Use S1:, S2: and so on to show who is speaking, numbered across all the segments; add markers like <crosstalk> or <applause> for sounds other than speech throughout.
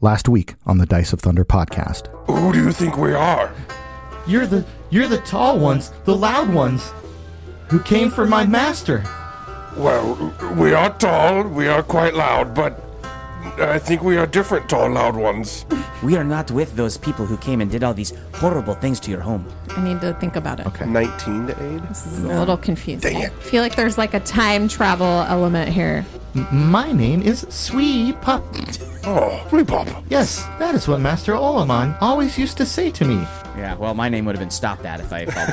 S1: last week on the Dice of Thunder podcast.
S2: Who do you think we are?
S3: You're the you're the tall ones, the loud ones, who came for my master.
S2: Well, we are tall, we are quite loud, but I think we are different tall, loud ones.
S4: We are not with those people who came and did all these horrible things to your home.
S5: I need to think about it.
S1: Okay.
S2: 19 to aid?
S5: This is a little confusing.
S2: Dang it.
S5: I feel like there's like a time travel element here.
S3: My name is Swee Pop.
S2: Oh, we pop.
S3: Yes, that is what Master Olaman always used to say to me.
S4: Yeah, well, my name would have been stopped at if I had followed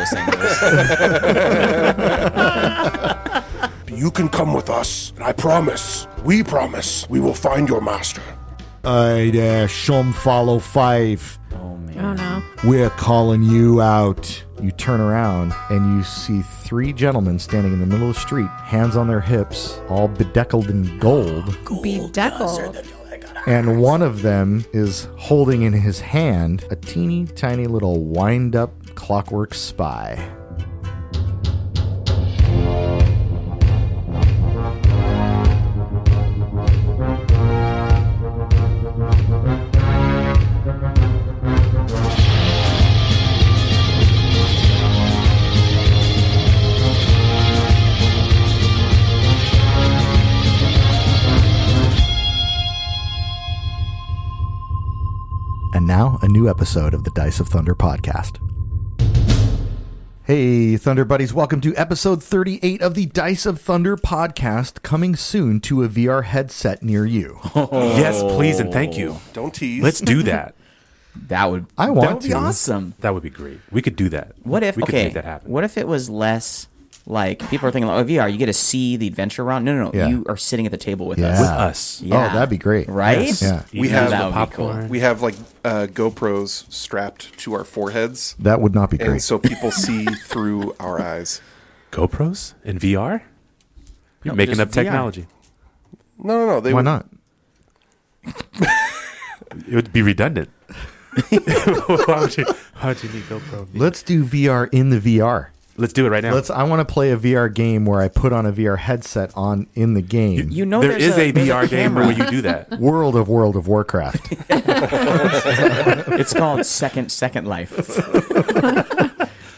S4: those <laughs> things.
S2: You can come with us, and I promise, we promise, we will find your master.
S6: Hey there, Shum Follow Five.
S5: Oh no.
S6: We're calling you out.
S1: You turn around and you see three gentlemen standing in the middle of the street, hands on their hips, all bedeckled in gold.
S5: Bedeckled.
S1: And one of them is holding in his hand a teeny tiny little wind up clockwork spy. And now, a new episode of the Dice of Thunder podcast. Hey, Thunder Buddies, welcome to episode 38 of the Dice of Thunder podcast, coming soon to a VR headset near
S2: <laughs>
S1: you.
S7: Yes, please and thank you.
S2: Don't tease.
S7: Let's do that.
S4: that would
S1: I
S4: that
S1: want
S4: would be
S1: to.
S4: awesome.
S7: That would be great. We could do that.
S4: What if
S7: we
S4: okay?
S7: could make that happen?
S4: What if it was less like people are thinking, like, "Oh, VR, you get to see the adventure round." No, no, no.
S1: Yeah.
S4: You are sitting at the table with
S1: Yeah.
S4: us.
S7: with us?
S4: Yeah.
S1: Oh, that'd be great.
S4: Right?
S7: Yes.
S1: Yeah.
S2: We
S7: Eating
S2: have
S7: the
S2: That
S4: would be cool.
S7: popcorn.
S2: We have like uh, GoPros strapped to our foreheads,
S1: That would not be great.
S2: and so people see through our eyes.
S7: GoPros in VR. You're
S4: No,
S7: making
S4: just
S7: up
S4: VR.
S7: technology.
S2: No, no, no. They
S1: Why
S2: would-
S1: not?
S7: It would
S4: <laughs>
S7: be redundant. why, would you, why would you need GoPro?
S1: Let's do VR in the VR.
S7: Let's do it right now.
S1: Let's. I want to play a VR game where I put on a VR headset on in the game.
S4: You know,
S7: there
S4: there's
S7: is a,
S4: there's
S7: VR game
S4: camera.
S7: where you
S4: <laughs>
S7: do that.
S1: World of World of Warcraft.
S4: it's called Second Second Life.
S1: <laughs>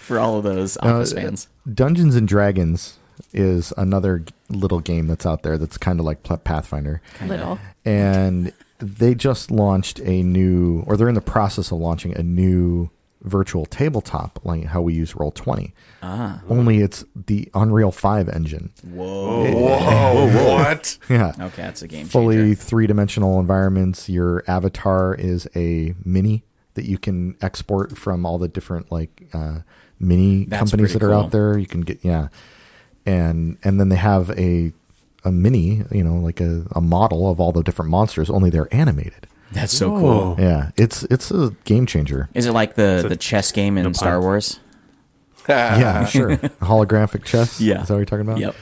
S4: For all of those Office fans,
S1: Dungeons and Dragons is another g- little game that's out there that's kind of like Pl- Pathfinder,
S5: Little.
S1: and they just launched a new, or they're in the process of launching a new virtual tabletop, like how we use Roll Twenty. Ah. Only it's the Unreal Five engine. <laughs>
S2: Whoa, Oh,
S8: <laughs>
S2: what?
S1: Yeah.
S4: okay, that's a game
S1: fully
S4: changer.
S1: three dimensional environments. Your avatar is a mini that you can export from all the different like uh, mini
S4: That's
S1: companies
S4: pretty
S1: that are
S4: cool.
S1: out there. You can get yeah, and and then they have a a mini, you know, like a, a model of all the different monsters. Only they're animated.
S4: That's so cool.
S1: Yeah, it's it's a game changer.
S4: Is it like the the chess game in Star
S7: pun.
S4: Wars?
S1: yeah,
S4: <laughs>
S1: sure. Holographic chess.
S4: Ah. Yeah.
S1: is that what you're talking about?
S4: Yep.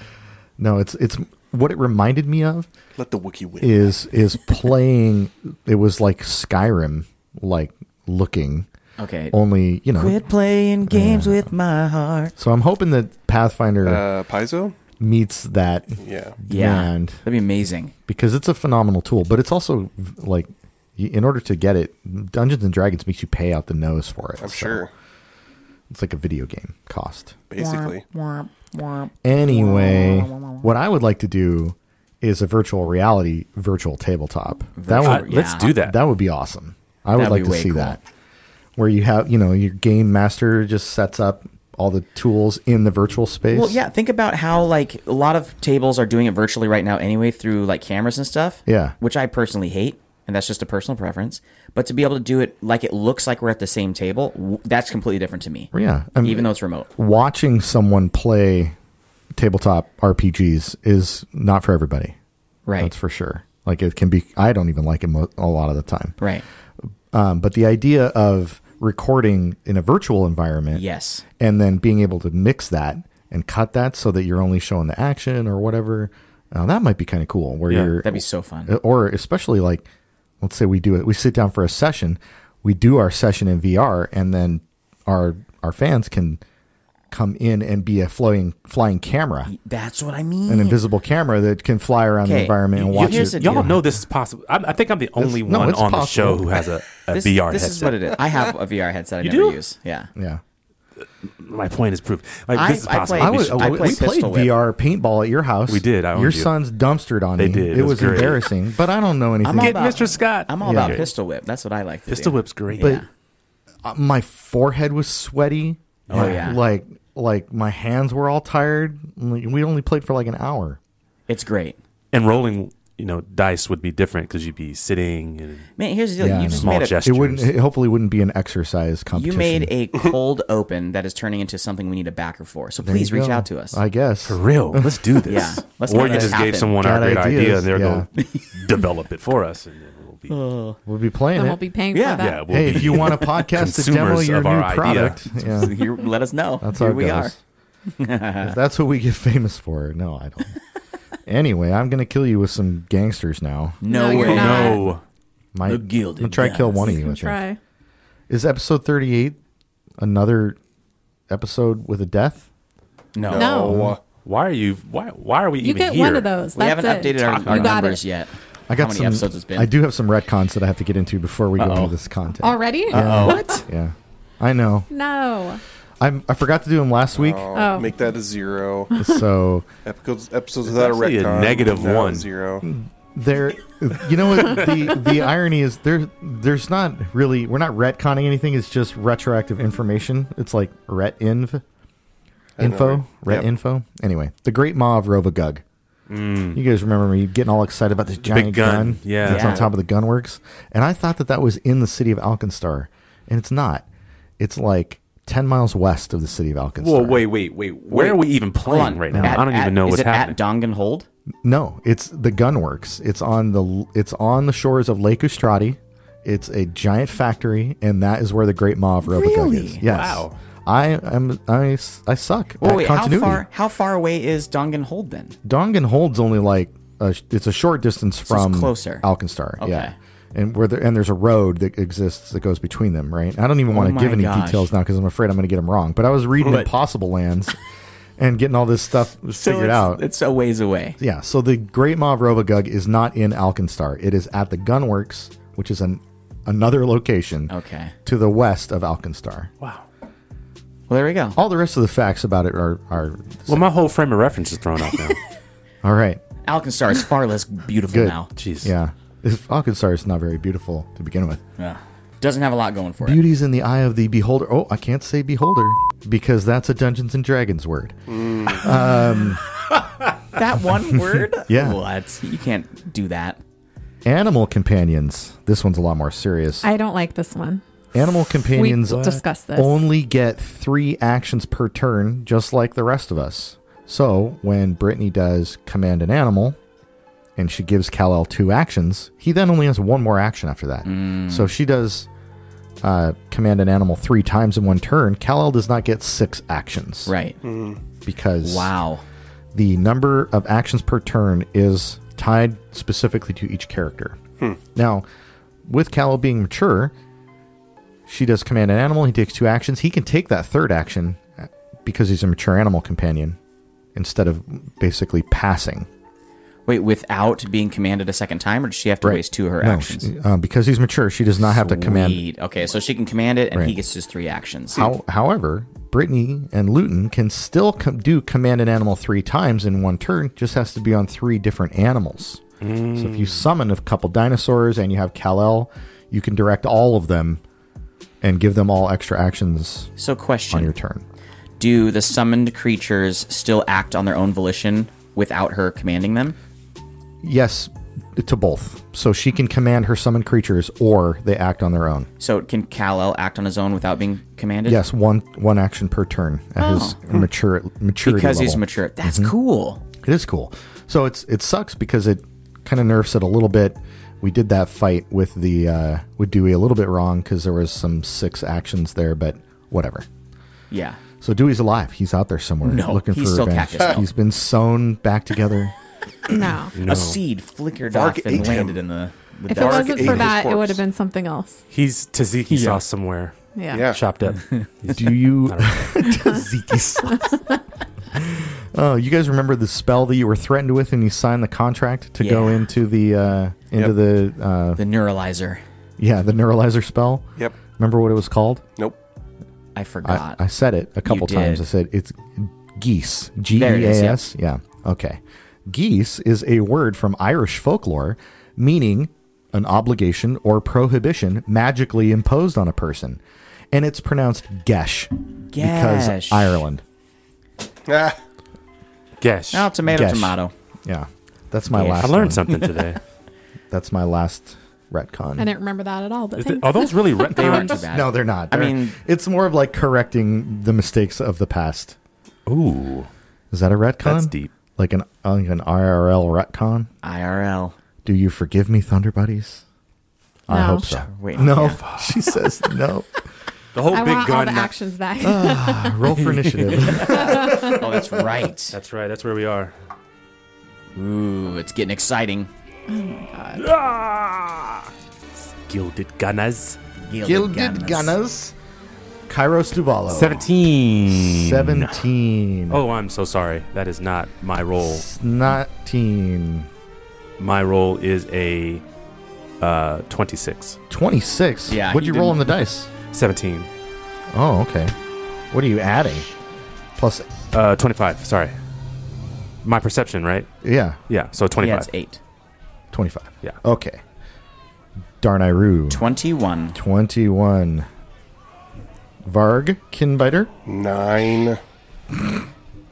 S1: No, it's it's what it reminded me of
S2: Let the wiki win.
S1: is is playing it was like Skyrim like looking
S4: Okay.
S1: only you know
S4: Quit playing games with my heart.
S1: so I'm hoping that Pathfinder
S2: Uh, Paizo?
S1: meets that
S2: Yeah.
S4: Yeah,
S1: And-
S4: that'd be amazing.
S1: because it's a phenomenal tool but it's also v- like y- in order to get it Dungeons and Dragons makes you pay out the nose for it
S2: I'm
S1: So
S2: sure.
S1: it's like a video game cost
S2: Basically.
S1: anyway what I would like to do is a virtual reality virtual tabletop that
S4: Virtual
S7: Uh,
S1: would
S7: Let's
S4: Yeah.
S7: do that.
S1: That would be awesome. I would
S4: That'd
S1: like
S4: be
S1: to
S4: way
S1: see
S4: cool.
S1: that. Where you have, you know, your game master just sets up all the tools in the virtual space.
S4: Well, yeah. Think about how like a lot of tables are doing it virtually right now, anyway, through like cameras and stuff.
S1: Yeah.
S4: which I personally hate, and that's just a personal preference. But to be able to do it like it looks like we're at the same table, w- that's completely different to me.
S1: Yeah. I mean,
S4: even though it's remote.
S1: watching someone play tabletop RPGs is not for everybody.
S4: Right.
S1: That's for sure. Like it can be, I don't even like it mo- a lot of the time.
S4: Right.
S1: Um, but the idea of recording in a virtual environment
S4: Yes.
S1: and then being able to mix that and cut that so that you're only showing the action or whatever. Uh, that might be kind of cool. Where
S7: Yeah,
S1: you're
S4: That'd be so fun.
S1: uh, or especially like let's say we do it we sit down for a session we do our session in vr and then our our fans can come in and be a flying flying camera,
S4: That's what I mean.
S1: an invisible camera that can fly around the
S4: mm. Okay,
S1: environment and
S4: you-
S1: watch
S4: here's
S1: it.
S4: the
S7: Y'all
S4: deal.
S7: know this is possible. I, I think I'm the only
S1: no,
S7: one
S1: it's
S7: on the show
S1: possible.
S7: who has a, a
S4: This,
S7: VR
S4: this
S7: headset.
S4: is what it is. I have a VR headset I
S7: You
S4: never
S7: do?
S4: use. Yeah.
S1: yeah.
S7: My point is proved. Like
S4: I-
S7: this is
S4: I
S7: possible.
S4: played-
S1: I
S7: We
S1: was,
S7: should-
S4: I
S1: we
S4: played
S1: played
S4: Pistol Whip.
S1: VR paintball at your house.
S7: We did, I
S1: your
S7: owned you.
S1: son's dumpstered on
S7: They
S1: me.
S7: did,
S1: It
S7: it was
S1: was
S7: great.
S1: embarrassing, but I don't know anything.
S4: I'm all
S7: Get
S4: about,
S7: Mr. Scott.
S4: I'm all
S1: Yeah.
S4: about pistol whip. That's what I like to
S7: Pistol
S4: do.
S7: whip's great.
S1: but uh, my forehead was sweaty.
S4: Oh, yeah.
S1: Like like my hands were all tired. Like, We only played for like an hour.
S4: It's great.
S7: and rolling, you know, dice would be different because you'd be sitting and
S4: Man, here's the deal.
S1: Yeah, I
S4: you just
S7: small
S4: made a,
S7: gestures.
S1: It wouldn't. <laughs> It hopefully wouldn't be an exercise
S4: You
S1: competition. <laughs>
S4: made a cold open that is turning into something we need a backer for. So
S1: There you
S4: please reach
S1: go.
S4: out to us.
S1: I guess.
S7: For real, let's do this.
S4: Yeah, let's
S7: or
S4: make
S7: you
S4: this
S7: just
S4: happen.
S7: gave someone
S1: Got
S7: our great idea,
S1: ideas,
S7: and they're
S1: yeah.
S7: going to <laughs> develop it for us, and then we'll be
S4: Oh.
S1: We'll be playing
S5: Then
S1: it.
S5: we'll be paying
S4: Yeah.
S5: for that.
S7: yeah. We'll
S1: hey,
S7: be
S1: if you
S7: <laughs>
S1: want a podcast to demo
S7: consumers
S1: your
S7: of
S1: new
S7: our idea. <laughs>
S1: product, yeah,
S4: <laughs> Here- let us know.
S1: uh, that's
S4: Here
S1: how it
S4: we
S1: goes. if that's what we get famous for, no, I
S4: <laughs>
S1: don't. anyway, I'm gonna kill you with some gangsters now.
S4: are.
S5: No,
S4: No,
S5: you're
S4: way.
S5: not.
S7: no.
S1: My,
S4: The Gilded
S1: I'm gonna try to kill
S4: Gods.
S1: one of you. I
S5: Can
S1: think.
S5: try.
S1: Is episode 38 another episode with a death?
S4: No.
S8: Oh,
S5: No.
S7: Why are you? Why? Why are we
S5: You
S7: even
S5: get
S7: here?
S5: one of those.
S4: We
S5: That's
S4: haven't
S5: it.
S4: updated our, our
S5: You got
S4: numbers
S5: it.
S4: yet.
S1: I got
S4: How many
S1: some
S4: episodes it's been?
S1: I do have some retcons that I have to get into before we go
S4: Uh-oh.
S1: into this content.
S5: Already? What?
S1: Yeah. I know.
S5: No.
S1: I'm, I forgot to do them last week,
S5: Oh.
S8: Make that a zero.
S1: so
S8: Episodes, episodes without a
S7: actually a
S8: retcon,
S7: negative
S8: now
S7: one.
S8: Zero.
S1: there. You know what? The
S7: <laughs>
S1: the irony is there. There's not really. We're not retconning anything. It's just retroactive information. It's like ret inv, info, ret
S8: Yep.
S1: info. Anyway, the Great Maw of Rovagug. You guys remember me getting all excited about this giant
S7: Mm. gun,
S1: gun,
S7: yeah.
S1: that's
S4: Yeah.
S1: on top of the gunworks, and I thought that that was in the city of Alkenstar, and it's not. It's like ten miles west of the city of Alkenstar.
S7: Whoa! Wait! Wait! Wait! Where are we even playing
S4: Hold on.
S7: right now?
S4: At-
S7: I don't
S4: at-
S7: even know
S4: is
S7: what's
S4: it
S7: happening.
S4: At Dongan Hold.
S1: No, it's the gunworks. It's on the it's on the shores of Lake Ustrati. It's a giant factory, and that is where the Great Maw of Robotech is. Yes.
S7: Wow.
S1: I am I, s- I suck
S4: Oh
S1: at
S4: wait, how
S1: continuity.
S4: far? How far away is Dongan Hold then?
S1: Dongan Hold's only like a, sh- it's a short distance
S4: it's
S1: from
S4: closer.
S1: Alkenstar.
S4: Okay.
S1: Yeah. And where there, and there's a road that exists that goes between them, right? I don't even want to
S4: Oh my
S1: give any
S4: gosh.
S1: details now because I'm afraid I'm going to get them wrong. But I was reading
S4: But-
S1: Impossible
S4: <laughs>
S1: Lands and getting all this stuff figured
S4: it's,
S1: out.
S4: It's a ways away.
S1: Yeah, so the Great Maw of Rovagug is not in Alkenstar. It is at the Gunworks, which is an another location
S4: Okay.
S1: to the west of Alkenstar.
S7: wow.
S4: Well, there we go.
S1: All the rest of the facts about it are are
S7: Well, my whole frame of reference is
S4: <laughs>
S7: thrown off now.
S1: all right.
S4: Alkenstar is far less beautiful
S1: Good.
S4: now.
S7: Jeez.
S1: Yeah. If Alkenstar is not very beautiful to begin with.
S4: Yeah. Doesn't have a lot going for it.
S1: Beauty's in the eye of the beholder. Oh, I can't say beholder because that's a Dungeons and Dragons word.
S4: Mm. That
S1: <laughs>
S4: one word?
S1: Yeah.
S4: What? You can't do that.
S1: Animal companions. This one's a lot more serious.
S5: I don't like this one.
S1: Animal companions
S5: We discussed this.
S1: only get three actions per turn, just like the rest of us. So when Brittany does command an animal, and she gives Kal El two actions, he then only has one more action after that.
S4: Mm.
S1: So if she does uh, command an animal three times in one turn. Kal El does not get six actions
S4: Right.
S1: because
S4: Wow.
S1: the number of actions per turn is tied specifically to each character. Now, with Callow being mature, she does command an animal. He takes two actions. He can take that third action uh, because he's a mature animal companion instead of basically passing.
S4: Wait, without being commanded a second time, or does she have to waste two of her
S1: No,
S4: actions?
S1: she- uh, because he's mature, she does not have to command.
S4: Weed. Okay, so she can command it, and he
S1: Right.
S4: gets his three actions.
S1: How, however, Brittany and Luton can still com- do command an animal three times in one turn, just has to be on three different animals. So
S4: Mm.
S1: if you summon a couple dinosaurs and you have Kal-El, you can direct all of them and give them all extra actions
S4: So,
S1: on your
S4: question:
S1: turn.
S4: Do the summoned creatures still act on their own volition without her commanding them?
S1: Yes, to both. So she can command her summoned creatures or they act on their own.
S4: So, can Kal El act on his own without being commanded?
S1: Yes, one one action per turn at his mature maturity
S4: Oh. Hmm. because he's
S1: level. Mm-hmm.
S4: mature. That's cool.
S1: It is cool. So it's it sucks because it kind of nerfs it a little bit. We did that fight with the uh, with Dewey a little bit wrong because there was some six actions there, but whatever.
S4: Yeah.
S1: So Dewey's alive. He's out there somewhere
S4: No,
S1: looking
S4: he's
S1: for
S4: still
S1: revenge.
S4: Cactus Mel.
S1: He's been sewn back
S4: <laughs>
S1: together.
S5: No.
S4: A seed flickered
S8: Varg
S4: off and
S8: ate him.
S4: landed in the. the
S5: If it
S4: dark.
S5: wasn't for
S8: ate
S5: that,
S8: his
S5: it would
S8: corpse.
S5: have been something else.
S7: He's tzatziki sauce somewhere.
S5: Yeah.
S8: Yeah.
S9: chopped
S4: <laughs>
S9: up.
S1: Do you?
S9: I
S1: <laughs>
S9: don't know.
S1: Oh, you guys remember the spell that you were threatened with, and you signed the contract to go
S4: Yeah.
S1: into the uh, into the uh,
S4: The neuralizer.
S1: yeah the neuralizer spell.
S8: Yep.
S1: Remember what it was called?
S8: Nope.
S4: I
S1: I,
S4: forgot.
S1: I said it a couple
S4: did.
S1: times. I said it's geese. G e
S4: There it is,
S1: a
S4: yeah.
S1: s. Yeah. Okay. Geese is a word from Irish folklore meaning an obligation or prohibition magically imposed on a person, and it's pronounced gesh, because
S4: Gesh.
S1: Ireland.
S8: Ah,
S7: Gesh.
S4: no, Oh, tomato,
S1: Gesh.
S4: tomato.
S1: Yeah. That's my
S4: Gesh.
S1: last.
S4: I
S7: I learned
S1: one.
S7: something
S4: <laughs>
S7: today.
S1: That's my last retcon.
S5: I didn't remember that at all. But
S7: Is th-
S5: thanks.
S7: are those really retcons?
S4: They weren't too bad.
S1: No, they're not.
S4: I
S1: They're-
S4: mean-
S1: it's more of like correcting the mistakes of the past.
S7: Ooh,
S1: Is that a retcon?
S7: that's deep.
S1: Like an like an IRL retcon.
S4: IRL.
S1: Do you forgive me, Thunder Buddies? I
S5: No.
S1: hope so.
S4: Wait,
S1: no, <laughs> she says no.
S7: The whole
S5: I
S7: big
S5: want all
S7: gun.
S5: the
S7: not-
S5: actions back. <laughs>
S1: Ah, roll for initiative.
S4: Oh,
S1: <laughs>
S4: that's right.
S7: That's right. That's where we are.
S4: Ooh, it's getting exciting.
S7: Gilded gunners.
S1: Gilded Gunners. Kairos Duvalo.
S7: Seventeen.
S1: Seventeen.
S7: Oh, I'm so sorry. That is not my role.
S1: Snoteen.
S7: My role is a uh, 26.
S1: Twenty-six.
S4: Yeah,
S1: What'd
S4: he
S1: you roll on the
S4: didn't-
S1: dice?
S7: 17.
S1: Oh, okay. What are you adding? Plus,
S7: Uh, 25. Sorry. My perception, right?
S1: yeah,
S7: Yeah. Oh, So 25.
S4: Yeah, it's eight.
S1: 25.
S7: Yeah.
S1: Okay. Darnayru.
S4: 21.
S1: 21. Varg Kinbiter. <laughs>
S8: nine.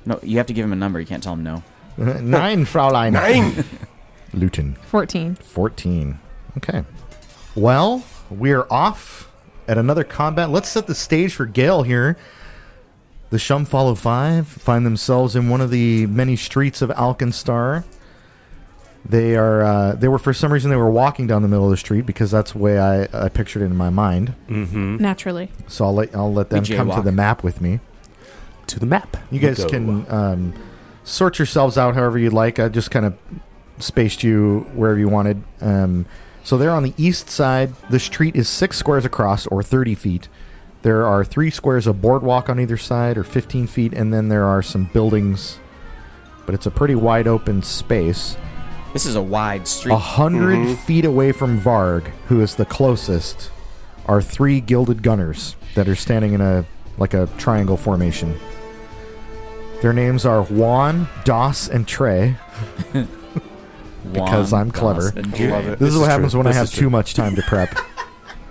S4: No, you have to give him a number. You can't tell him no.
S1: Nine, Fraulein.
S8: Nine.
S1: Luton.
S5: 14.
S1: 14. Okay. Well, we're off at another combat. Let's set the stage for Gale here. The Shum Follow Five find themselves in one of the many streets of Alkenstar. They are. Uh, they were for some reason they were walking down the middle of the street because that's the way I, I pictured it in my mind.
S5: Naturally.
S1: So I'll let I'll let them come to
S4: jaywalk.
S1: the map with me.
S7: To the map.
S1: You guys
S7: go.
S1: can um, sort yourselves out however you'd like. I just kind of spaced you wherever you wanted. Um, so they're on the east side. The street is six squares across, or 30 feet. There are three squares of boardwalk on either side, or 15 feet, and then there are some buildings. But it's a pretty wide open space.
S4: This is a wide street.
S1: A 100
S7: Mm-hmm.
S1: feet away from Varg, who is the closest, are three gilded gunners that are standing in a like a triangle formation. Their names are Juan, Dos, and Trey. because I'm clever.
S8: Love it.
S1: This, is what
S7: is
S1: happens
S7: true.
S1: when
S7: This
S1: I
S7: is
S1: have
S7: true.
S1: too much time to
S7: <laughs>
S1: prep.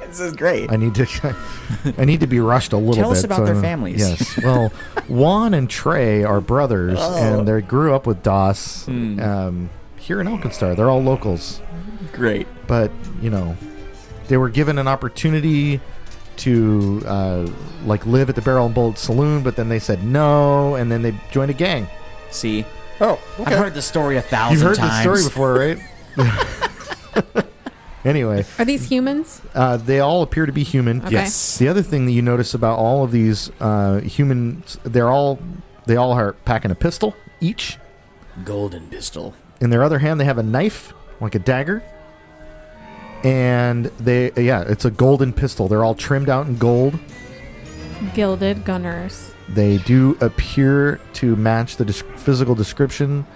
S4: This is great.
S1: I need to, I need to be rushed a little
S4: Tell
S1: bit.
S4: us about their
S1: uh,
S4: families.
S1: Yes.
S4: <laughs>
S1: Well, Juan and Trey are brothers,
S4: Oh.
S1: and they grew up with Dos
S4: Hmm.
S1: um, here in Elkinstar. They're all locals
S4: Great.
S1: but you know they were given an opportunity to uh, like live at the barrel and bolt saloon but then they said no and then they joined a gang
S4: See,
S8: Oh,
S4: I've
S8: okay.
S4: heard the story a thousand
S1: you've heard
S4: times.
S1: this story before right
S4: <laughs>
S1: <laughs> anyway
S5: Are these humans?
S1: uh, they all appear to be human
S5: Okay.
S7: Yes.
S1: the other thing that you notice about all of these uh, humans they're all they all are packing a pistol each
S4: Golden pistol.
S1: in their other hand they have a knife like a dagger and they yeah it's a golden pistol they're all trimmed out in gold
S5: Gilded gunners.
S1: they do appear to match the dis- physical description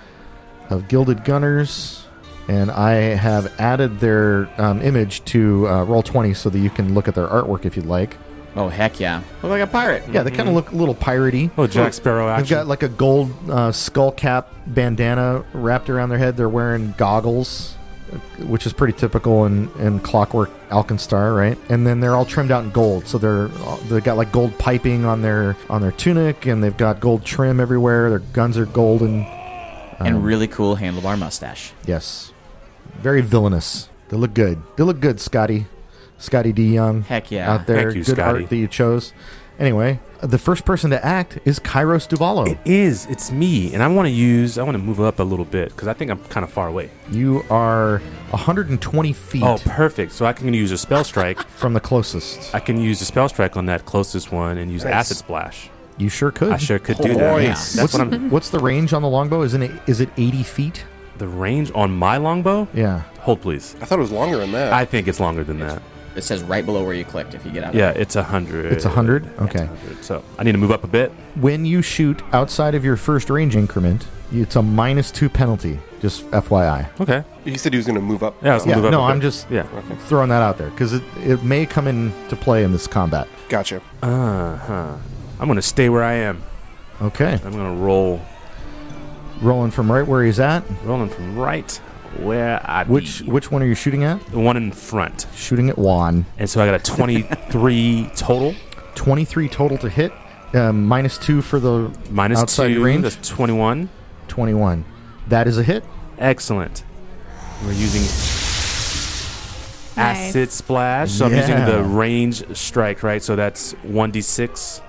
S1: of gilded gunners and i have added their um, image to uh, roll 20 so that you can look at their artwork if you'd like
S4: Oh, heck yeah. Look like a pirate.
S1: yeah they kind of look a little piratey
S7: Oh, Jack Sparrow
S1: They've
S7: action.
S1: got like a gold uh, skull cap bandana wrapped around their head. They're wearing goggles, which is pretty typical in, in Clockwork Alkenstar, right? And then they're all trimmed out in gold, so they're uh, they've got like gold piping on their on their tunic, and they've got gold trim everywhere. Their guns are golden. Um.
S4: and really cool handlebar mustache.
S1: Yes, very villainous. They look good. They look good, Scotty, Scotty D Young
S4: Heck yeah.
S1: out there.
S7: Thank you,
S1: good
S7: Scotty.
S1: art that you chose. Anyway, the first person to act is Kairos Duvalo.
S7: It is. It's me, and I want to use. I want to move up a little bit because I think I'm kind of far away.
S1: You are 120 feet
S7: Oh, perfect. So I can use a spell strike.
S1: from the closest.
S7: I can use a spell strike on that closest one and use acid splash.
S1: You sure could.
S7: I sure could do that.
S8: Boy.
S7: Yeah.
S4: Nice.
S7: That's
S1: <laughs>
S7: what I'm.
S1: What's the range on the longbow? Isn't it? Is it 80 feet?
S7: The range on my longbow.
S1: Yeah.
S7: Hold please.
S8: I thought it was longer than that.
S7: I think it's longer than that.
S4: It says right below where you clicked if you get out.
S7: Yeah, it's a hundred.
S1: It's 100?
S7: Yeah, it's
S1: Okay.
S7: 100. So I need to move up a bit.
S1: When you shoot outside of your first range increment, it's a minus two penalty. Just FYI.
S7: Okay.
S8: He said he was going to move up.
S7: Yeah, I was gonna
S1: Yeah,
S7: move up
S1: no,
S7: a bit.
S1: I'm just
S7: Yeah.
S1: throwing that out there because it, it may come into play in this combat.
S8: Gotcha.
S7: Uh huh. I'm gonna stay where I am.
S1: Okay.
S7: I'm gonna roll,
S1: Rolling from right where he's at.
S7: rolling from right where I
S1: Which
S7: be.
S1: which one are you shooting at?
S7: the one in front,
S1: Shooting at Juan.
S7: and so I got a 23 total,
S1: 23 total to hit. Uh, minus two for the
S7: minus
S1: Outside
S7: two,
S1: range?
S7: that's 21.
S1: 21. That is a hit.
S7: Excellent. We're using
S5: Nice.
S7: acid splash, so I'm using
S1: Yeah.
S7: the range strike, right? So that's 1d6.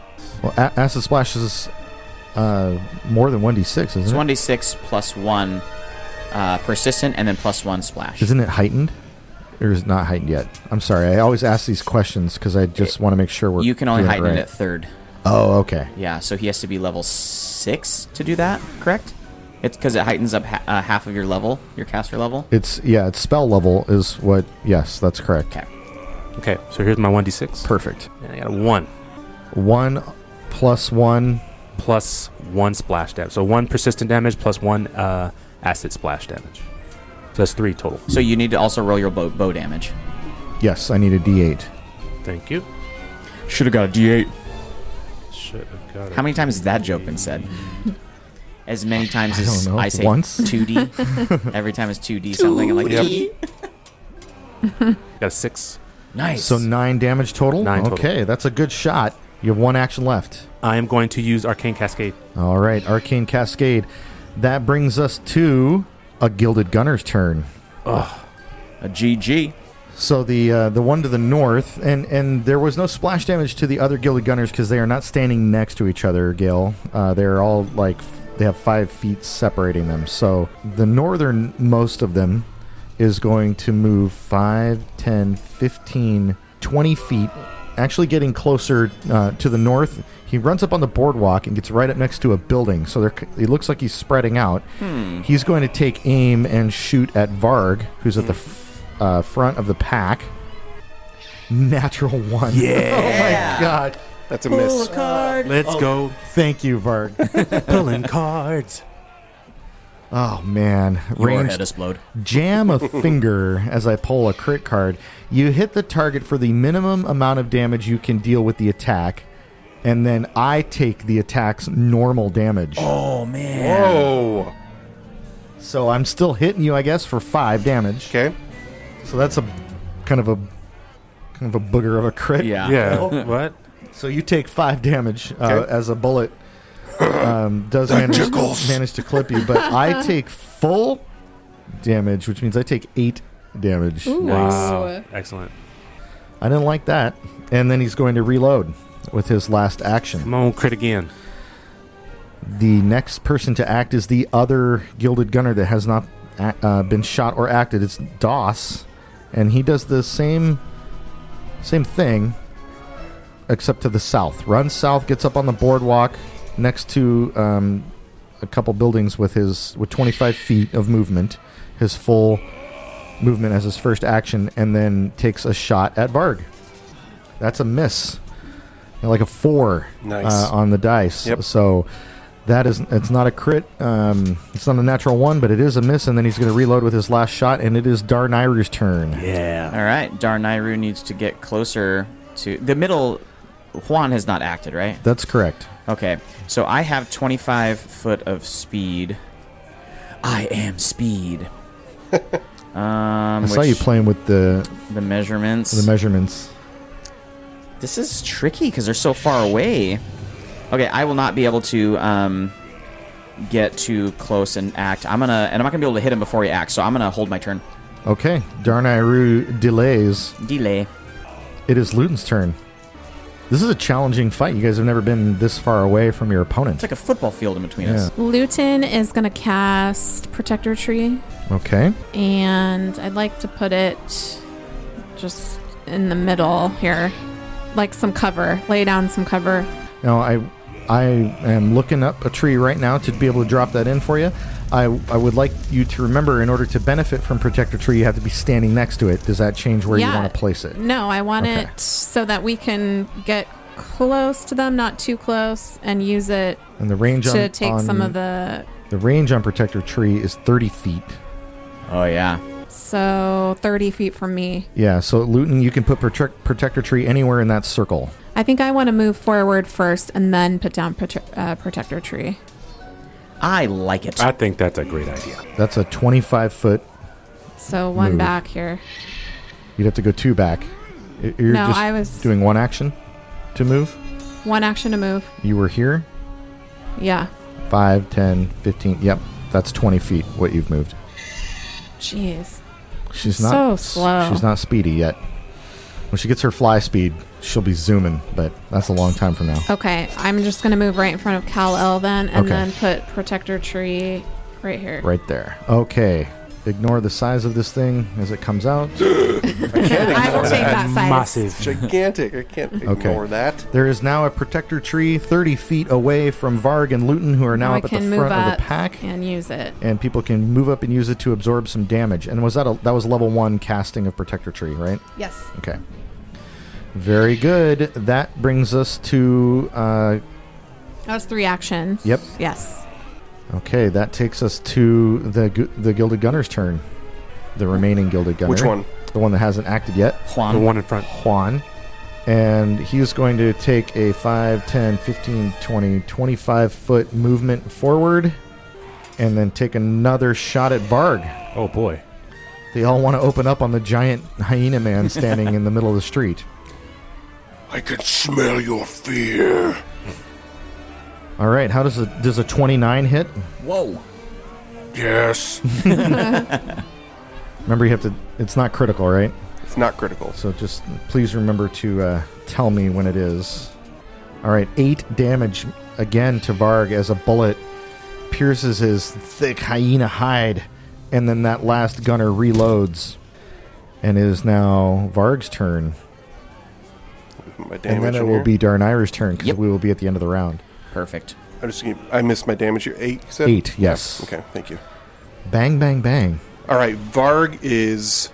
S1: Well, a- acid splash is uh, more than 1d6, isn't
S4: It's
S1: it?
S4: one d six plus one uh, persistent, and then plus one splash.
S1: Isn't it heightened? Or is it not heightened yet? I'm sorry. I always ask these questions because I just want to make sure we're.
S4: you can only
S1: doing
S4: heighten
S1: right.
S4: it at third.
S1: Oh, okay.
S4: Yeah, so he has to be level six to do that. Correct? It's because it heightens up ha- uh, half of your level, your caster level.
S1: It's yeah. It's spell level is what. Yes, that's correct.
S4: Okay.
S7: Okay, so here's my 1d6.
S1: Perfect.
S7: And I got a 1
S1: One plus one.
S7: plus 1 splash damage. So 1 persistent damage plus 1 uh, acid splash damage. So that's 3 total.
S4: So you need to also roll your bow, bow damage.
S1: Yes, I need a d8.
S7: Thank you.
S4: Should have got a D8.
S7: Should have got it.
S4: How many times has that joke been said? As many times as I,
S1: don't know.
S4: say
S1: Once?
S4: 2D. Every time it's 2D something. I'm like,
S7: Got a 6.
S4: nice.
S1: So nine damage total.
S7: Nine total.
S1: okay, that's a good shot. You have one action left.
S7: I am going to use Arcane Cascade.
S1: All right, arcane cascade. That brings us to a gilded gunner's turn.
S4: a GG.
S1: So the uh, the one to the north, and and there was no splash damage to the other gilded gunners because they are not standing next to each other. Gil, uh, they're all like f- they have five feet separating them. So the northernmost of them is going to move 5, 10, 15, 20 feet, actually getting closer uh, to the north. He runs up on the boardwalk and gets right up next to a building. So there, he looks like he's spreading out. He's going to take aim and shoot at Varg, who's at the f- uh, front of the pack. Natural one. <laughs> Yeah. oh my god.
S8: That's a miss.
S7: Let's go
S1: Thank you, Varg.
S7: Oh. pulling <laughs> cards.
S1: oh man.
S4: Your
S1: Ranged
S4: <laughs> head explode.
S1: jam a finger as I pull a crit card. You hit the target for the minimum amount of damage you can deal with the attack, and then I take the attack's normal damage.
S4: Oh, man.
S8: Whoa.
S1: So I'm still hitting you, I guess, for five damage.
S8: Okay.
S1: So that's a kind of a kind of a booger of a crit.
S4: Yeah.
S7: Yeah. what?
S1: So you take five damage uh,
S8: Okay.
S1: as a bullet um, does manage, manage to clip you, but I take full damage, which means I take eight damage.
S7: Wow. Excellent.
S1: I didn't like that. And then he's going to reload with his last action.
S7: Come on, crit again.
S1: The next person to act is the other gilded gunner that has not a- uh, been shot or acted. It's Doss, and he does the same same thing, except to the south. Runs south, gets up on the boardwalk next to um, a couple buildings with his with 25 feet of movement, his full movement as his first action, and then takes a shot at Varg. That's a miss, like a four
S8: Nice.
S1: uh, on the dice.
S8: Yep.
S1: So that is it's not a crit, um, it's not a natural one, but it is a miss, and then he's going to reload with his last shot, and it is Darnayru's turn.
S7: Yeah.
S4: All right. Darnayru needs to get closer to the middle. Juan has not acted, right?
S1: That's correct.
S4: Okay, so I have 25 foot of speed. I am speed. um,
S1: I saw you
S4: which-
S1: playing with the
S4: the measurements.
S1: the measurements.
S4: this is tricky because they're so far away. Okay, I will not be able to um, get too close and act. I'm gonna, and I'm not gonna be able to hit him before he acts. So I'm gonna hold my turn.
S1: Okay, Darnayru delays.
S4: Delay.
S1: It is Luton's turn. This is a challenging fight. You guys have never been this far away from your opponent.
S4: It's like a football field in between us.
S5: Luton is going to cast Protector Tree,
S1: Okay.
S5: and I'd like to put it just in the middle here, like some cover. Lay down some cover.
S1: Now I I am looking up a tree right now to be able to drop that in for you. I, I would like you to remember in order to benefit from Protector Tree, you have to be standing next to it. Does that change where you
S5: Yeah.
S1: want to place it?
S5: No, I want
S1: Okay.
S5: it so that we can get close to them, not too close, and use it
S1: And the range
S5: to
S1: on,
S5: take
S1: on-
S5: some of the.
S1: the range on Protector Tree is 30 feet.
S4: Oh yeah.
S5: So 30 feet from me.
S1: Yeah, so Luton, you can put protect, Protector Tree anywhere in that circle.
S5: I think I want to move forward first and then put down prote- uh, protector tree.
S4: I like it.
S7: I think that's a great idea.
S1: That's a 25 foot.
S5: So one
S1: Move.
S5: back here.
S1: You'd have to go two back. Y- You're
S5: no,
S1: just
S5: I was
S1: doing one action to move.
S5: one action to move.
S1: You were here.
S5: Yeah.
S1: 5, 10, 15. Yep, that's 20 feet what you've moved.
S5: Jeez.
S1: She's not
S5: So slow.
S1: She's not speedy yet. When she gets her fly speed, she'll be zooming, but that's a long time from now.
S5: Okay, I'm just gonna move right in front of Cal L then, and
S1: Okay.
S5: then put protector tree right here.
S1: Right there. Okay. Ignore the size of this thing as it comes out.
S5: I will take that size.
S7: Uh, Massive.
S8: Gigantic. I can't ignore that.
S1: There is now a protector tree 30 feet away from Varg and Luton, who are now
S5: I
S1: up at the
S5: can
S1: front of
S5: move up
S1: the pack.
S5: and use it.
S1: And people can move up and use it to absorb some damage. And was that a, that was level one casting of protector tree, right?
S5: Yes.
S1: Okay. Very good. That brings us to uh,
S5: That was three actions.
S1: Yep.
S5: Yes.
S1: Okay, that takes us to the gu- the Gilded Gunner's turn. The remaining Gilded Gunner.
S8: Which one?
S1: The one that hasn't acted yet,
S7: The
S4: Juan.
S7: one in front.
S1: Juan. And he is going to take a 5, 10, 15, 20, 25 foot movement forward and then take another shot at Varg.
S7: Oh boy.
S1: They all want to open up on the giant hyena man standing in the middle of the street.
S2: I can smell your fear.
S1: All right, how does a does a 29 hit?
S4: Whoa.
S2: Yes.
S8: <laughs>
S1: Remember you have to it's not critical, right?
S8: It's not critical.
S1: So just please remember to uh, tell me when it is. All right, eight damage again to Varg as a bullet pierces his thick hyena hide, and then that last gunner reloads, and it is now Varg's turn,
S8: My damage.
S1: and then it
S8: in
S1: will
S8: here.
S1: be Darnira's turn because
S4: Yep.
S1: we will be at the end of the round.
S4: Perfect.
S8: I'm just gonna, I missed my damage. here. Eight. You said?
S1: Eight, yes.
S8: Okay. Thank you.
S1: Bang, bang, bang.
S8: All right. Varg is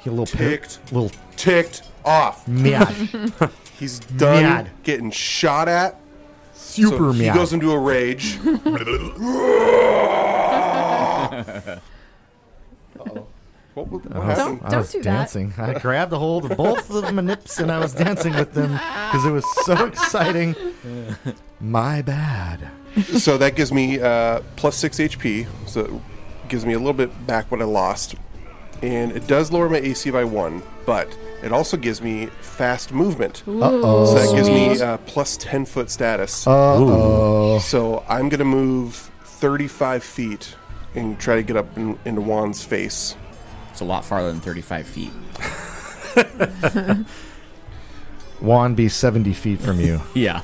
S1: He a little
S8: Ticked.
S1: pit, little
S8: ticked
S5: <laughs>
S8: off.
S1: mead,
S8: He's done
S1: Mad.
S8: getting shot at.
S1: super
S8: So he
S1: mead.
S8: goes into a rage. What was- what happened?
S1: I
S5: Don't
S1: was
S5: do that.
S1: dancing. I grabbed a hold of both of my nips and I was dancing with them because it was
S5: <laughs>
S1: so exciting. My bad.
S8: so that gives me uh, plus six HP. So it gives me a little bit back what I lost, and it does lower my AC by one, but it also gives me fast movement. So that gives me uh, plus ten foot status.
S1: Oh,
S8: So I'm gonna move thirty five feet and try to get up in, into Juan's face.
S4: It's a lot farther than 35 feet.
S1: Juan be seventy feet from you.
S4: Yeah.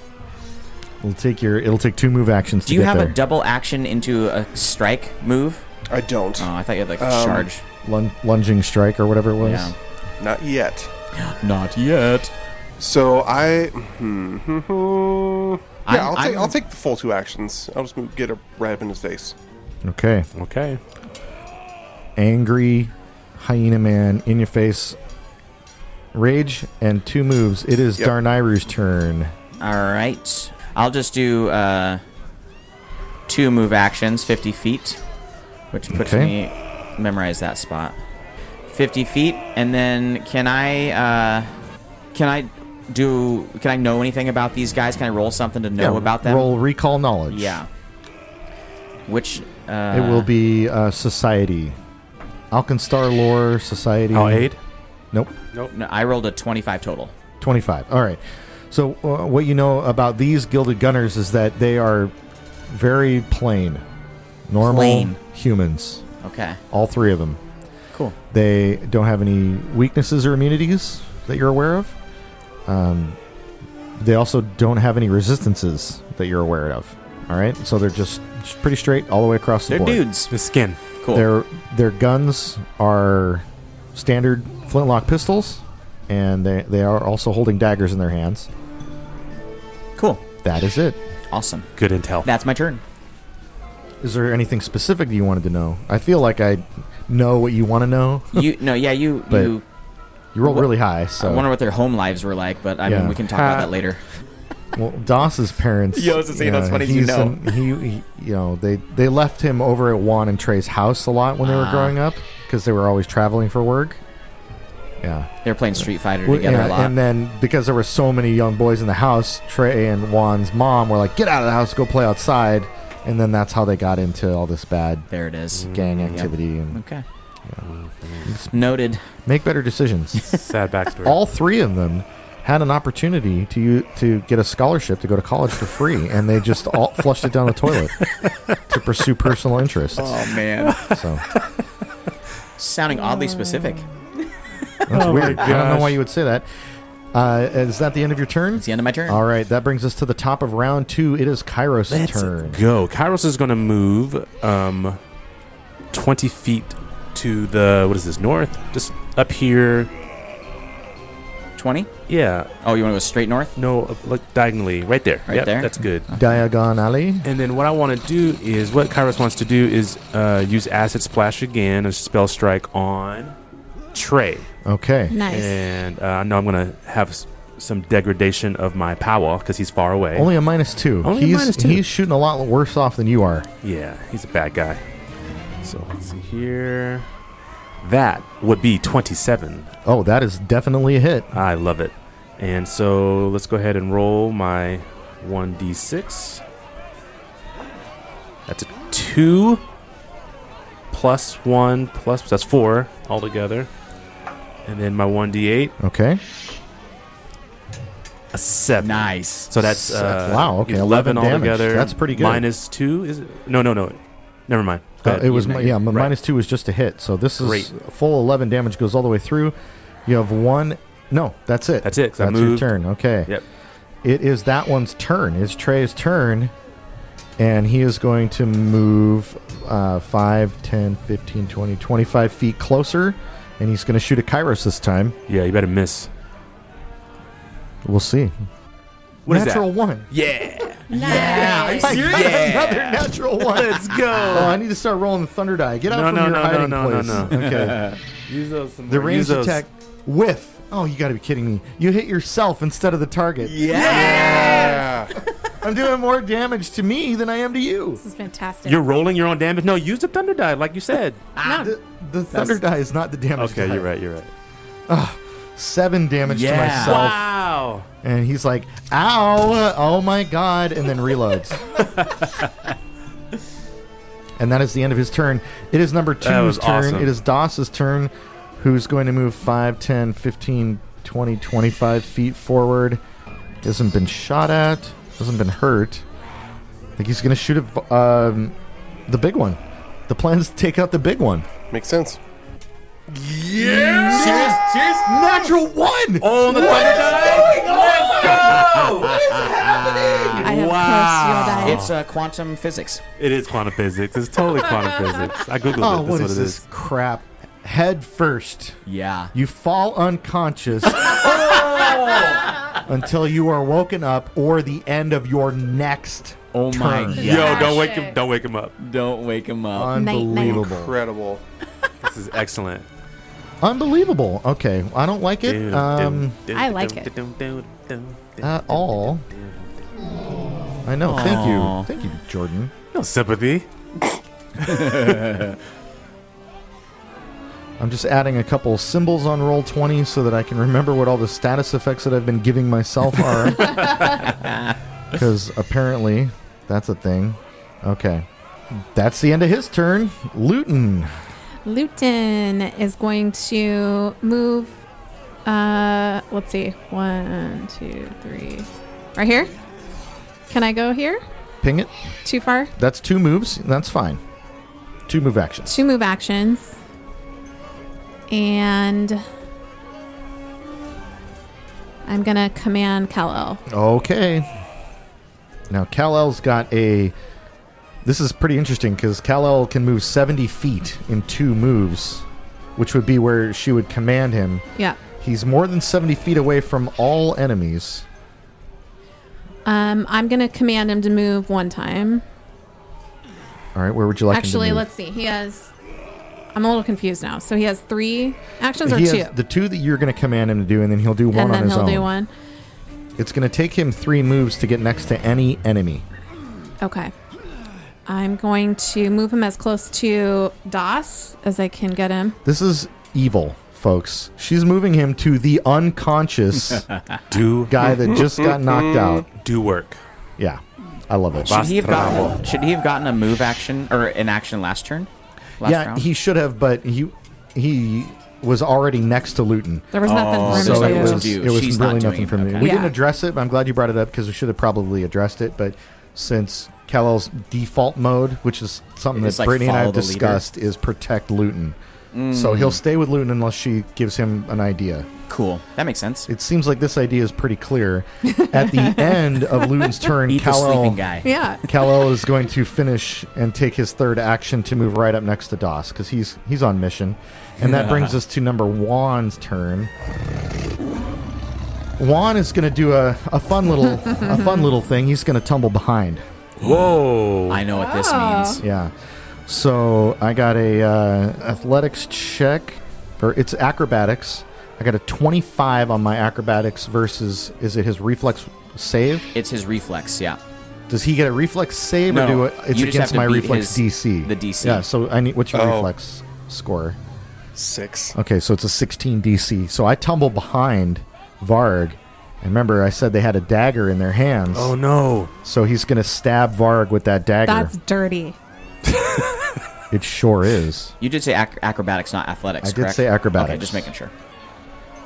S1: It'll take your. It'll take two move actions.
S4: Do
S1: to
S4: you
S1: get
S4: have
S1: there.
S4: a double action into a strike move?
S8: I don't.
S4: Oh, I thought you had like
S8: Um,
S4: charge.
S1: Lun- lunging strike or whatever it was?
S4: Yeah.
S8: Not yet.
S4: Not yet.
S8: So I. Hmm, <laughs> hmm, hmm.
S4: I'm-
S8: Yeah, I'll take,
S4: I'm-
S8: I'll take the full two actions. I'll just move, get up right up in his face.
S1: Okay.
S7: Okay.
S1: Angry hyena man in your face. Rage and two moves. It is
S8: Yep.
S1: Darnayru's turn.
S4: All right. I'll just do uh, two move actions, 50 feet, which puts
S1: Okay.
S4: me memorize that spot. 50 feet, and then can I uh, can I do can I know anything about these guys? Can I roll something to know
S1: Yeah,
S4: about them?
S1: Roll recall knowledge.
S4: Yeah. Which uh,
S1: It will be uh, society. Alkenstar lore society.
S7: I'll aid.
S1: Nope.
S4: No, I rolled a 25 total.
S1: 25. All right. So, uh, what you know about these gilded gunners is that they are very plain, normal
S4: Plain.
S1: humans,
S4: Okay.
S1: all three of them.
S4: Cool.
S1: They don't have any weaknesses or immunities that you're aware of. Um, they also don't have any resistances that you're aware of. All right. So, they're just pretty straight all the way across the
S4: They're
S1: board.
S4: dudes.
S7: The skin.
S4: Cool.
S1: Their their guns are standard flintlock pistols, and they, they are also holding daggers in their hands.
S4: cool.
S1: That is it.
S4: Awesome.
S7: Good intel.
S4: That's my turn.
S1: Is there anything specific you wanted to know? I feel like I know what you want to know. <laughs>
S4: You no, yeah, you
S1: But-
S4: you.
S1: You rolled
S4: Wha-
S1: really high,
S4: I
S1: so
S4: wonder what their home lives were like, but I
S1: Yeah.
S4: mean, we can talk about
S7: Ha.
S4: that later.
S1: well, Doss's parents.
S4: Yeah, I was gonna say,
S1: you
S4: that's funny as you
S1: he's
S4: know.
S1: an- he, he, you know, they they left him over at Juan and Trey's house a lot when they were
S4: Ah.
S1: growing up because they were always traveling for work. Yeah.
S4: They're playing Street Fighter
S1: Well,
S4: together
S1: yeah,
S4: a lot.
S1: And then because there were so many young boys in the house, Trey and Juan's mom were like, "Get out of the house, go play outside." And then that's how they got into all this bad
S4: there it is.
S1: gang activity and
S4: Okay. Noted.
S1: make better
S4: <laughs>
S1: decisions. <laughs>
S7: Sad backstory.
S1: all three of them had an opportunity to u- to get a scholarship to go to college for free,
S4: <laughs>
S1: and they just all flushed it down the toilet to pursue personal interests.
S4: <laughs> Oh, man,
S1: So
S4: sounding oddly specific.
S1: that's weird. I don't know
S7: gosh.
S1: why you would say that. Uh, is that the end of your turn?
S4: It's the end of my turn.
S1: All right, that brings us to the top of round two. It is Kairos' turn.
S7: Go. Kairos is going to move um, 20 feet to the, what is this, north? Just up here.
S4: Twenty.
S7: Yeah.
S4: Oh, you want to go straight north?
S7: No, up, like diagonally. Right there.
S4: Right
S7: Yep,
S4: there?
S7: That's good.
S1: Uh-huh. Diagon Alley.
S7: And then what I want to do is, what Kairos wants to do is uh, use Acid Splash again, a spell strike on Trey.
S1: Okay.
S5: Nice.
S7: And uh, I know I'm going to have s- some degradation of my power because he's far away.
S1: Only a minus two.
S7: Only a
S1: he's
S7: minus two.
S1: he's shooting a lot worse off than you are.
S7: Yeah, he's a bad guy. So let's see here. That would be 27.
S1: Oh, that is definitely a hit.
S7: I love it. And so let's go ahead and roll my 1d6. That's a 2 plus 1 plus that's 4 altogether. And then my 1d8,
S1: Okay.
S7: a 7.
S4: Nice.
S7: So that's uh,
S1: Wow, okay, 11
S7: 11,
S1: damage.
S7: altogether.
S1: That's pretty good.
S7: Minus 2 is it? No, no, no. Never mind. Go
S1: Uh,
S7: ahead.
S1: it was
S7: You-
S1: mi- yeah, my
S7: right.
S1: minus two was just a hit. So this is
S7: Great.
S1: full eleven damage goes all the way through. You have one. No, that's it.
S7: That's it, 'cause I
S1: That's your
S7: moved.
S1: turn. Okay.
S7: Yep.
S1: It is that one's turn. It's Trey's turn, and he is going to move uh, 5, 10, 15, 20, 25 feet closer, and he's going to shoot a Kairos this time.
S7: Yeah, you better miss.
S1: We'll see.
S7: What is
S1: natural
S7: that?
S1: one. <laughs>
S7: Yeah.
S5: Nice.
S1: Another natural one. Let's go. Oh, I need to start rolling the thunder die. Get out
S7: No,
S1: from
S7: no,
S1: your
S7: no, no,
S1: hiding
S7: no, no,
S1: place. <laughs>
S7: no. <laughs>
S1: Okay.
S7: Use those some
S1: The range attack whiff. Oh, you got to be kidding me! You hit yourself instead of the target.
S8: Yeah.
S1: I'm doing more damage to me than I am to you.
S5: This is fantastic.
S7: You're rolling your own damage. No, use the thunder die, like
S1: <laughs>
S7: you said.
S1: The, the thunder die is not the damage.
S7: okay,
S1: die.
S7: you're right. You're right.
S1: Seven damage to
S4: Yeah.
S1: myself,
S7: Wow.
S1: and he's like, "Ow! Oh my god!" And then reloads. and that is the end of his turn. It is number
S7: That
S1: two's
S7: was
S1: turn.
S7: awesome.
S1: It is Doss's turn, who's going to move 5, 10, 15, 20, 25 feet forward. Hasn't been shot at. Hasn't been hurt. I think he's going to shoot at v- um, the big one. The plan is to take out the big one.
S8: Makes sense.
S7: Serious? Serious?
S1: Natural one.
S7: Oh, the thunder die.
S5: I have cursed your diet.
S4: It's uh, quantum physics.
S7: It is quantum physics. It's totally quantum physics. I googled
S1: Oh,
S7: it.
S1: what
S7: That's what,
S1: is
S7: it
S1: this
S7: is.
S1: crap? Head first,
S4: Yeah.
S1: you fall unconscious until you are woken up or the end of your next.
S4: Oh my
S1: Turn.
S4: god.
S7: Yo, don't wake
S5: shit.
S7: him. Don't wake him up.
S4: Don't wake him up.
S1: Unbelievable!
S8: Incredible.
S7: This is excellent.
S1: Unbelievable. Okay, I don't like it um,
S5: I like it.
S1: at all. I know. Thank you, thank you, Jordan.
S7: No sympathy.
S1: I'm just adding a couple symbols on roll 20 so that I can remember what all the status effects that I've been giving myself are. Because apparently that's a thing. Okay. That's the end of his turn. Luton.
S5: Luton is going to move. Uh, let's see. One, two, three. Right here. Can I go here?
S1: Ping it.
S5: Too far?
S1: That's two moves. That's fine. Two move actions.
S5: Two move actions. And I'm gonna command Kal-El.
S1: Okay. Now, Kal El's got a. This is pretty interesting because Kal El can move 70 feet in two moves, which would be where she would command him.
S5: Yeah.
S1: He's more than 70 feet away from all enemies.
S5: Um, I'm gonna command him to move one time.
S1: All right, where would you like? him to
S5: Actually,
S1: move?
S5: let's see. He has. I'm a little confused now. So he has three actions or
S1: He
S5: two,
S1: has the two that you're going to command him to do, and then he'll do one
S5: and
S1: on
S5: then
S1: his
S5: he'll
S1: own.
S5: do one.
S1: It's going to take him three moves to get next to any enemy.
S5: Okay. I'm going to move him as close to Das as I can get him.
S1: This is evil, folks. She's moving him to the unconscious
S7: Do
S1: guy that just got knocked out.
S7: do work.
S1: Yeah, I love it.
S4: Should he have gotten?
S7: Bravo.
S4: Should he have gotten a move action or an action last turn? Last
S1: yeah,
S4: round?
S1: he should have, but he he was already next to Luton.
S5: There was nothing for him
S1: Oh, So
S4: There's
S5: to
S1: it
S4: nothing
S5: do.
S1: was,
S4: to do.
S1: it was
S4: She's
S1: really
S4: not
S1: nothing
S4: doing
S1: for me.
S4: it.
S1: We
S5: Okay.
S1: didn't
S5: Yeah.
S1: address it, but I'm glad you brought it up because we should have probably addressed it. But since Kellel's default mode, which is something
S4: It's
S1: that
S4: like
S1: Brittany and I
S4: follow
S1: have
S4: the leader. Mm.
S1: discussed, is protect Luton. So he'll stay with Luton unless she gives him an idea.
S4: Cool. That makes sense.
S1: It seems like this idea is pretty clear. At
S4: <laughs>
S1: the end of Luton's turn,
S4: Eat the sleeping
S1: Kellel
S4: guy.
S1: <laughs>
S5: Yeah.
S1: Kellel is going to finish and take his third action to move right up next to Dos because he's he's on mission, and that brings us to number Juan's turn. Juan is going to do a, a fun little a fun little thing. He's going to tumble behind.
S7: Whoa.
S4: I know what this means.
S1: Yeah. So I got a uh, athletics check, or it's acrobatics. I got a twenty-five on my acrobatics versus is it his reflex save?
S4: It's his reflex. Yeah.
S1: Does he get a reflex save
S4: No,
S1: or do it? It's
S4: you just have
S1: against
S4: to
S1: my
S4: beat
S1: reflex
S4: his-
S1: DC.
S4: the DC.
S1: Yeah. So I need what's your
S8: Oh.
S1: reflex score?
S8: Six.
S1: Okay, so it's a 16 DC. So I tumble behind Varg. And remember, I said they had a dagger in their hands.
S7: Oh no.
S1: So he's going to stab Varg with that dagger.
S5: That's dirty.
S1: It sure is.
S4: You did say ac- acrobatics, not athletics.
S1: I did
S4: correct?
S1: say acrobatics.
S4: Okay, just making sure.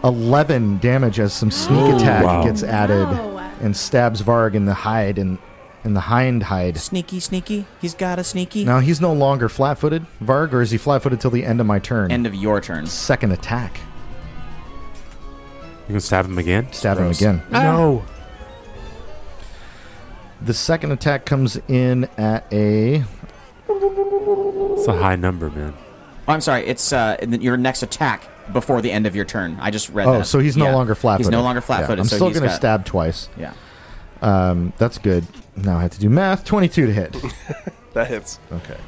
S1: 11 damage as some sneak attack
S7: wow.
S1: gets added
S5: No.
S1: and stabs Varg in the hide and in the hind hide.
S4: Sneaky, sneaky. He's got a sneaky.
S1: Now he's no longer flat-footed, Varg, or is he flat-footed till the end of my turn?
S4: End of your turn.
S1: second attack.
S7: You gonna stab him again?
S1: Stab
S7: Gross.
S1: him again.
S7: No.
S1: The second attack comes in at a
S7: It's a high number, man.
S4: Oh, I'm sorry. It's uh, in the- your next attack before the end of your turn. I just read
S1: Oh,
S4: that.
S1: so he's no
S4: Yeah.
S1: longer flat
S4: He's no longer flat-footed.
S1: I'm
S4: so
S1: still
S4: he's
S1: gonna
S4: got-
S1: stab twice.
S4: Yeah.
S1: Um, that's good. Now I have to do math. 22 to
S4: <laughs>
S1: hit.
S8: That hits.
S1: Okay.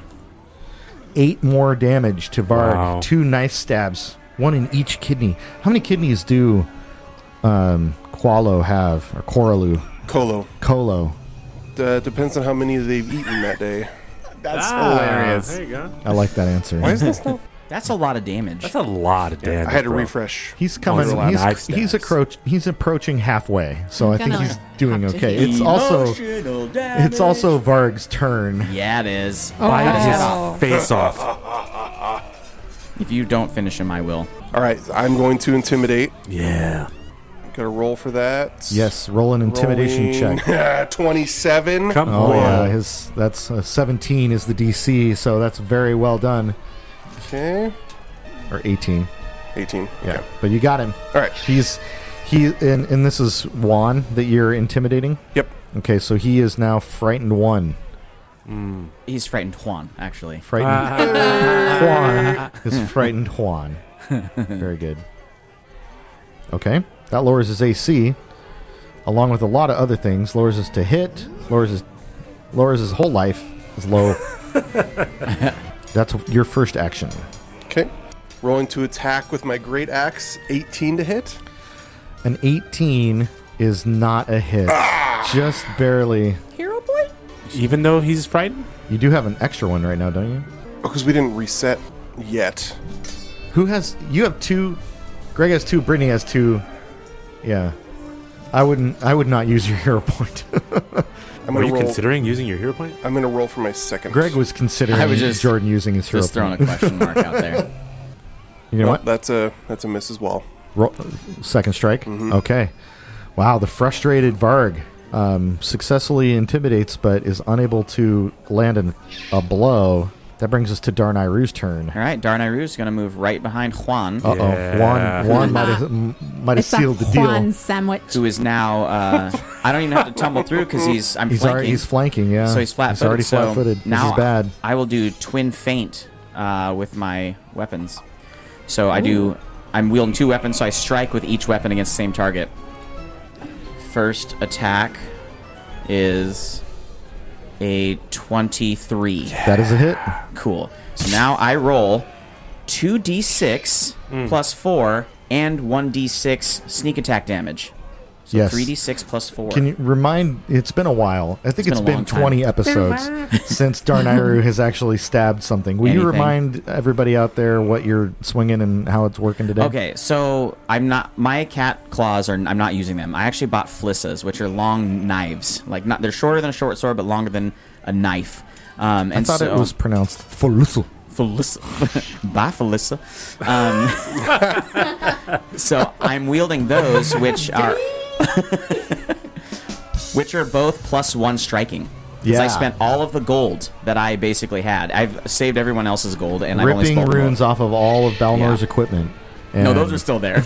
S1: Eight more damage to Varg.
S7: Wow.
S1: Two knife stabs, one in each kidney. How many kidneys do um, Qualo have, or Coralu?
S8: Colo.
S1: Colo.
S8: Uh, depends on how many they've eaten that day.
S7: That's
S8: hilarious.
S7: Oh, There you go.
S1: I like that answer.
S8: Why is this not?
S4: That's a lot of damage.
S7: That's a lot of damage.
S8: I had to
S7: bro.
S8: refresh.
S1: He's
S7: Oh,
S1: coming.
S7: it's a lot of knife
S1: He's,
S7: stabs.
S1: he's, approach, he's approaching halfway, so I think
S5: gonna
S1: he's doing
S5: have to
S1: okay.
S5: hit.
S1: It's also Oh. it's also Varg's turn.
S4: Yeah, it is.
S7: Bite
S5: Oh.
S7: his
S5: Wow.
S7: face off.
S4: If you don't finish him, I will.
S8: All right, I'm going to intimidate.
S7: Yeah.
S8: Got to roll for that.
S1: Yes, roll an intimidation
S8: Rolling-
S1: check.
S8: <laughs> 27.
S7: Come
S1: Oh
S7: on.
S1: yeah, his that's uh, 17 is the DC, so that's very well done.
S8: Okay.
S1: Or 18,
S8: 18.
S1: yeah.
S8: Okay.
S1: But you got him.
S8: All right.
S1: He's he and and this is Juan that you're intimidating.
S8: Yep.
S1: Okay, so he is now frightened one.
S4: He's frightened Juan, actually.
S7: Ah,
S1: Frightened <laughs> Juan is frightened Juan. Very good. Okay, that lowers his AC, along with a lot of other things. Lowers his to hit. Lowers his lowers his whole life is low. That's your first action.
S8: Okay. Rolling to attack with my great axe. 18 to hit.
S1: An 18 is not a hit. Just barely.
S5: Hero boy?
S7: Even though he's frightened?
S1: You do have an extra one right now, don't you?
S8: Because we didn't reset yet.
S1: Who has you have two? Greg has two. Brittany has two. Yeah, I wouldn't. I would not use your <laughs> hero point.
S8: I'm
S7: Were
S8: gonna
S7: you
S8: roll.
S7: considering using your hero point?
S8: I'm gonna roll for my second.
S1: Greg was considering
S4: I was just-
S1: Jordan using his hero
S4: Just throwing a
S1: point.
S4: question mark out there.
S1: <laughs> You know
S8: Nope,
S1: what?
S8: That's a that's a miss as well.
S1: Ro- second strike.
S4: Mm-hmm.
S1: Okay. Wow, the frustrated Varg um, successfully intimidates, but is unable to land an, a blow. That brings us to Darnayru's turn.
S4: All right, Darnayru's going to move right behind Juan,
S1: Uh oh,
S7: Yeah.
S1: Juan, Juan might have m- might have
S5: It's a
S1: sealed the deal.
S5: Juan sandwich.
S4: who is now. Uh, I don't even have to tumble through because he's. I'm
S1: He's
S4: flanking.
S1: already he's flanking, yeah.
S4: so he's flat.
S1: He's already
S4: so
S1: flat-footed.
S4: Now
S1: this is bad.
S4: I will do twin feint uh, with my weapons. So I do. I'm wielding two weapons, so I strike with each weapon against the same target. First attack is a 23.
S1: That is a hit.
S4: Cool. So now I roll 2d6 plus 4 and 1d6 sneak attack damage. So
S1: Yes.
S4: 3d6 plus 4.
S1: Can you remind? It's been a while. I think
S4: It's
S1: it's been,
S4: been a long time.
S1: 20
S5: Been a
S1: episodes <laughs> since
S4: <laughs>
S1: Darnayru has actually stabbed something. Will
S4: Anything.
S1: you remind everybody out there what you're swinging and how it's working today?
S4: Okay, so I'm not my cat claws are I'm not using them. I actually bought flissas, which are long knives. Like not they're shorter than a short sword, but longer than a knife. Um, and
S1: I thought
S4: so,
S1: it was pronounced Falusu.
S4: Felissa. <laughs> Bye, Felissa. Um, <laughs> so I'm wielding those,
S1: <laughs>
S4: which are <laughs> which are both plus one striking. Because I
S1: Yeah.
S4: spent all of the gold that I basically had. I've saved everyone else's gold, and I've only
S1: Ripping
S4: spent
S1: runes off of all of Balnor's
S4: Yeah.
S1: equipment.
S4: no,
S1: And
S4: those are still there.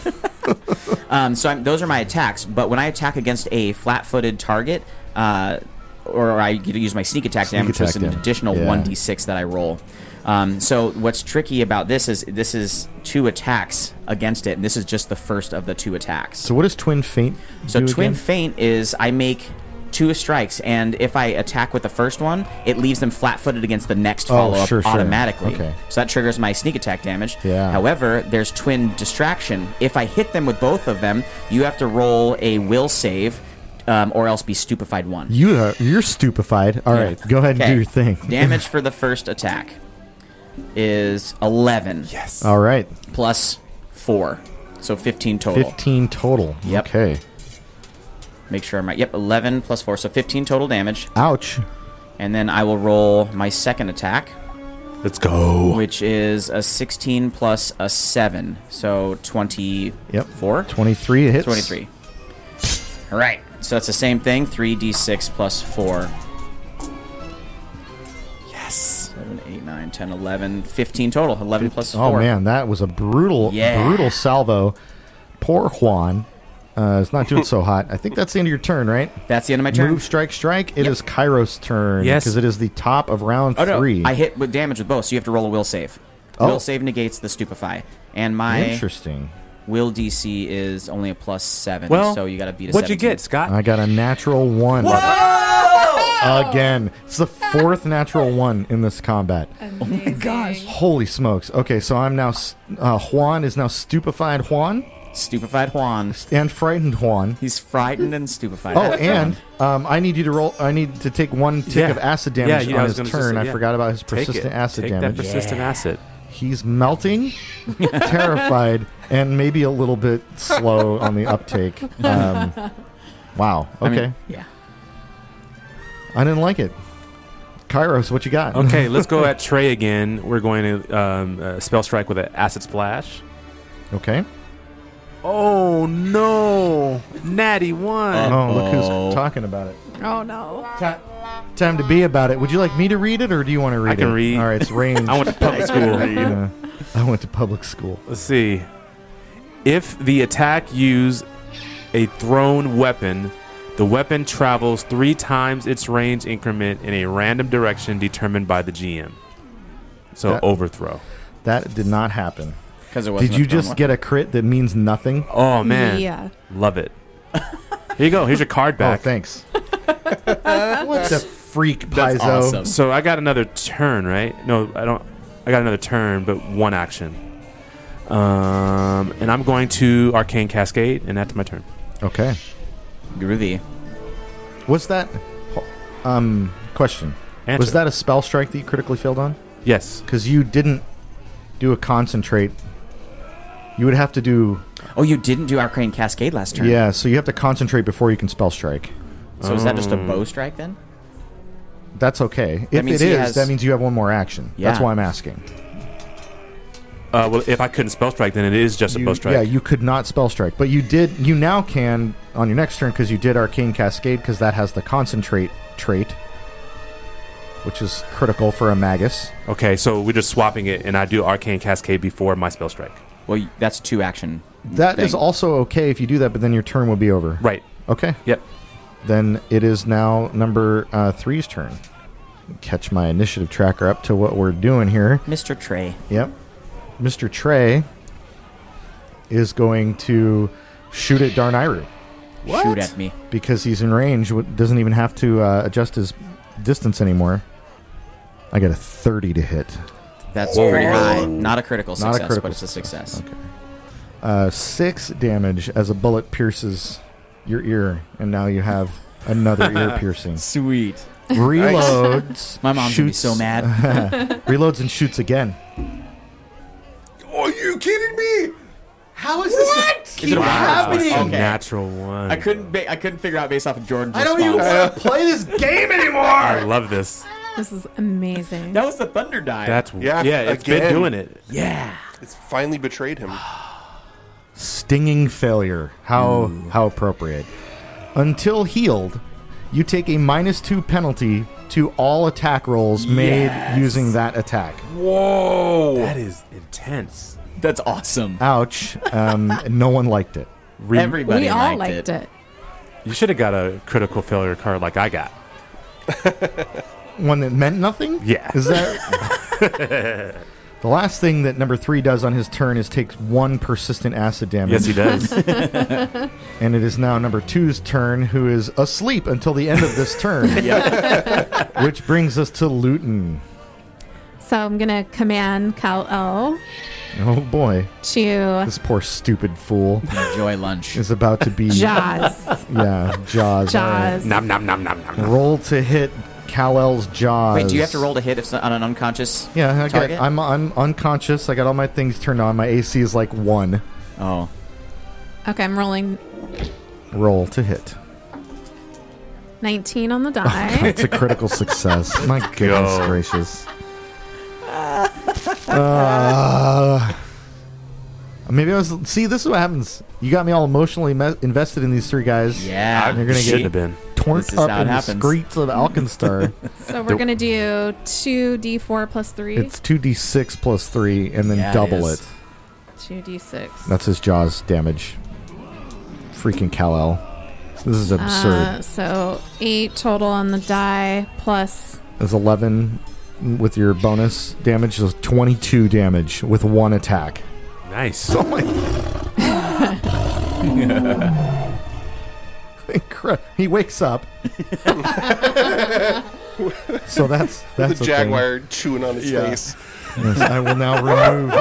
S4: <laughs> um, so I'm, those are my attacks. But when I attack against a flat-footed target, uh, or I get to use my sneak attack damage,
S1: attack
S4: which is an
S1: damage.
S4: additional
S1: Yeah.
S4: one d six that I roll. Um, so what's tricky about this is this is two attacks against it, and this is just the first of the two attacks.
S1: So what is Twin Faint?
S4: So
S1: do
S4: twin
S1: again?
S4: feint is I make two strikes, and if I attack with the first one, it leaves them flat-footed against the next follow-up
S1: Oh, sure, sure.
S4: automatically.
S1: Okay.
S4: So that triggers my sneak attack damage.
S1: Yeah.
S4: However, there's twin distraction. If I hit them with both of them, you have to roll a will save, um, or else be stupefied one.
S1: You are you're stupefied. All right, go ahead and
S4: Okay.
S1: do your thing. <laughs>
S4: Damage for the first attack is 11
S1: All right,
S4: plus four, so 15 total.
S1: fifteen total.
S4: Yep.
S1: Okay.
S4: Make sure I'm right. Yep, 11 plus four, so 15 total damage.
S1: Ouch.
S4: And then I will roll my second attack,
S7: Let's go.
S4: which is a 16 plus a 7. So 24?
S1: Yep. Twenty three hits.
S4: 23. All right. So that's the same thing 3d6 plus 4. Yes. 7, 8, 9, 10, 11, 15 total. 11 plus 4.
S1: Oh man, that was a brutal,
S4: Yeah.
S1: brutal salvo. Poor Juan uh, is not doing so hot. I think that's the end of your turn, right?
S4: That's the end of my turn.
S1: Move, strike, strike. It is Kairos' turn.
S7: Yes.
S1: because it is the top of round
S4: Oh, no.
S1: three.
S4: I hit with damage with both, so you have to roll a will save.
S1: Oh.
S4: Will save negates the stupefy. And my
S1: Interesting.
S4: will DC is only a plus 7.
S7: Well,
S4: so you got to beat a
S7: What'd you
S4: 17.
S7: get, Scott?
S1: I got a natural one again. It's the fourth natural one in this combat.
S5: Oh my gosh.
S1: Holy smokes! Okay, so I'm now s- uh, Juan is now stupefied Juan
S4: Stupefied Juan.
S1: and frightened Juan.
S4: He's frightened and stupefied.
S7: <laughs>
S1: Oh, and um, I need you to roll. I need to take one tick
S7: Yeah.
S1: of acid
S7: Yeah,
S1: damage
S7: you know, I
S1: on
S7: was
S1: his turn.
S7: gonna just say,
S1: I
S7: yeah.
S1: forgot about his
S7: Take
S1: persistent
S7: it.
S1: acid
S7: Take
S1: damage.
S7: that persistent acid.
S1: He's
S7: <laughs>
S1: melting, terrified, and maybe a little bit slow on the uptake. Um, wow. Okay, I,
S4: I mean, yeah.
S1: didn't like it. Kairos, what you got?
S7: Okay, let's go at Trey again. We're going to um, uh, spell strike with an acid splash.
S1: okay.
S7: Oh no, Natty one.
S1: Oh, look who's talking about it.
S5: Oh no.
S1: Ti- Time to be about it. Would you like me to read it, or do you want to read it?
S7: can read.
S1: All right, it's range.
S7: <laughs> I went to public school.
S1: Yeah. I went to public school.
S7: Let's see. If the attack use a thrown weapon, the weapon travels three times its range increment in a random direction determined by the GM. So
S1: That-
S7: overthrow.
S1: That did not happen.
S4: Because it wasn't.
S1: Did you just get a crit that means nothing?
S7: Oh man,
S5: Yeah.
S7: love it. Here you go. Here's your card
S1: Oh,
S7: back.
S1: thanks. what the freak, Paizo?
S4: That's awesome.
S7: so I got another turn, right? No, I don't. I got another turn, but one action. Um, and I'm going to Arcane Cascade, and that's my turn.
S1: Okay.
S4: groovy.
S1: What's that? Um, question.
S7: Answer.
S1: Was that a spell strike that you critically failed on?
S7: Yes.
S1: Because you didn't do a concentrate. You would have to do
S4: Oh, you didn't do Arcane Cascade last turn.
S1: yeah. So you have to concentrate before you can spell strike.
S4: So is that just a bow strike then?
S1: That's okay. If
S4: means
S1: it
S4: he
S1: is,
S4: has-
S1: that means you have one more action. That's
S4: Yeah.
S1: why I'm asking.
S7: Uh, well, if I couldn't spell strike, then it is just a
S1: You-
S7: bow strike.
S1: Yeah, you could not spell strike, but you did. You now can on your next turn because you did arcane cascade because that has the concentrate trait, which is critical for a magus.
S7: Okay, so we're just swapping it, and I do Arcane Cascade before my spell strike.
S4: Well, y- that's two action.
S1: That is
S4: thing.
S1: also okay if you do that, but then your turn will be over.
S7: Right.
S1: Okay.
S7: Yep.
S1: Then it is now number uh, three's turn. Catch my initiative tracker up to what we're doing here.
S4: Mr. Trey.
S1: Yep. Mr. Trey is going to shoot at Darnayru.
S4: Shoot at me.
S1: because he's in range. w- Doesn't even have to uh, adjust his distance anymore. I got a 30 to hit.
S4: That's pretty high. Not a critical
S1: Not a
S4: success,
S1: critical
S4: but it's a success.
S1: Uh, six damage as a bullet pierces your ear, and now you have another
S4: <laughs>
S1: ear piercing.
S4: Sweet.
S1: Reloads.
S4: <laughs> My mom's gonna be
S1: <laughs>
S4: so mad.
S1: Reloads and shoots again.
S2: Are you kidding me?
S3: How is this? What?
S4: Is it a wow?
S3: happening?
S7: A
S4: Okay.
S7: natural one.
S4: I couldn't. Ba- I couldn't figure out based off of Jordan's
S3: I don't even
S4: response.
S3: want to play this game anymore.
S7: I love this.
S5: This is amazing.
S4: That was the thunder die.
S7: That's yeah.
S8: Yeah,
S7: Yeah, it's
S8: again.
S7: been doing it.
S4: yeah.
S8: It's finally betrayed him.
S1: Stinging failure. How how appropriate. Until healed, you take a minus two penalty to all attack rolls made using that attack.
S7: That is intense.
S4: That's awesome.
S1: Ouch. Um, no one liked it.
S7: Re-
S4: Everybody
S5: we all liked
S4: liked it.
S5: it.
S7: you should have got a critical failure card like I got.
S1: One that meant nothing?
S7: Yeah.
S1: Is that.
S4: <laughs>
S1: the last thing that number three does on his turn is takes one persistent acid damage.
S7: Yes, he does. <laughs>
S1: And it is now number two's turn, who is asleep until the end of this
S4: <laughs>
S1: turn. Which brings us to Luton.
S5: So I'm gonna command Cal O
S1: Oh boy,
S5: to
S1: this poor stupid fool
S4: Enjoy lunch.
S1: is about to be <laughs>
S5: Jaws.
S1: yeah Jaws.
S5: Jaws.
S7: nom nom nom nom nom. nom.
S1: Roll to hit Kal-El's Jaws.
S4: Wait, do you have to roll to hit if it's on an unconscious?
S1: Yeah, I got,
S4: Target?
S1: I'm I'm unconscious. I got all my things turned on. My AC is like one.
S4: Oh,
S5: Okay, I'm rolling
S1: Roll to hit.
S5: 19 on the
S1: <laughs>
S5: die.
S1: It's a critical success.
S4: <laughs>
S1: My goodness
S7: Go.
S1: gracious. Uh, maybe I was. See, this is what happens. You got me all emotionally me- invested in these three guys.
S4: yeah.
S1: You're gonna
S7: Shouldn't
S1: get
S7: have been.
S1: torn
S4: This is
S1: up
S4: how it
S1: in the
S4: happens.
S1: streets of
S4: <laughs>
S1: Alkenstar.
S5: so we're gonna do 2d4 plus 3.
S1: it's two d six plus three, and then
S4: Yeah, it
S1: double
S4: is.
S1: it.
S5: 2d6.
S1: That's his jaws damage. Freaking Kal El. This is absurd.
S5: Uh, so 8 total on the die
S1: <laughs>
S5: plus.
S1: That's 11 with your bonus damage. That's 22 damage with one attack.
S7: <laughs> Nice.
S1: Incre- he wakes up. <laughs> so that's that's
S8: the
S1: a thing.
S8: jaguar chewing on his
S1: Yeah.
S8: face.
S1: Yes, I will now
S8: <laughs>
S1: remove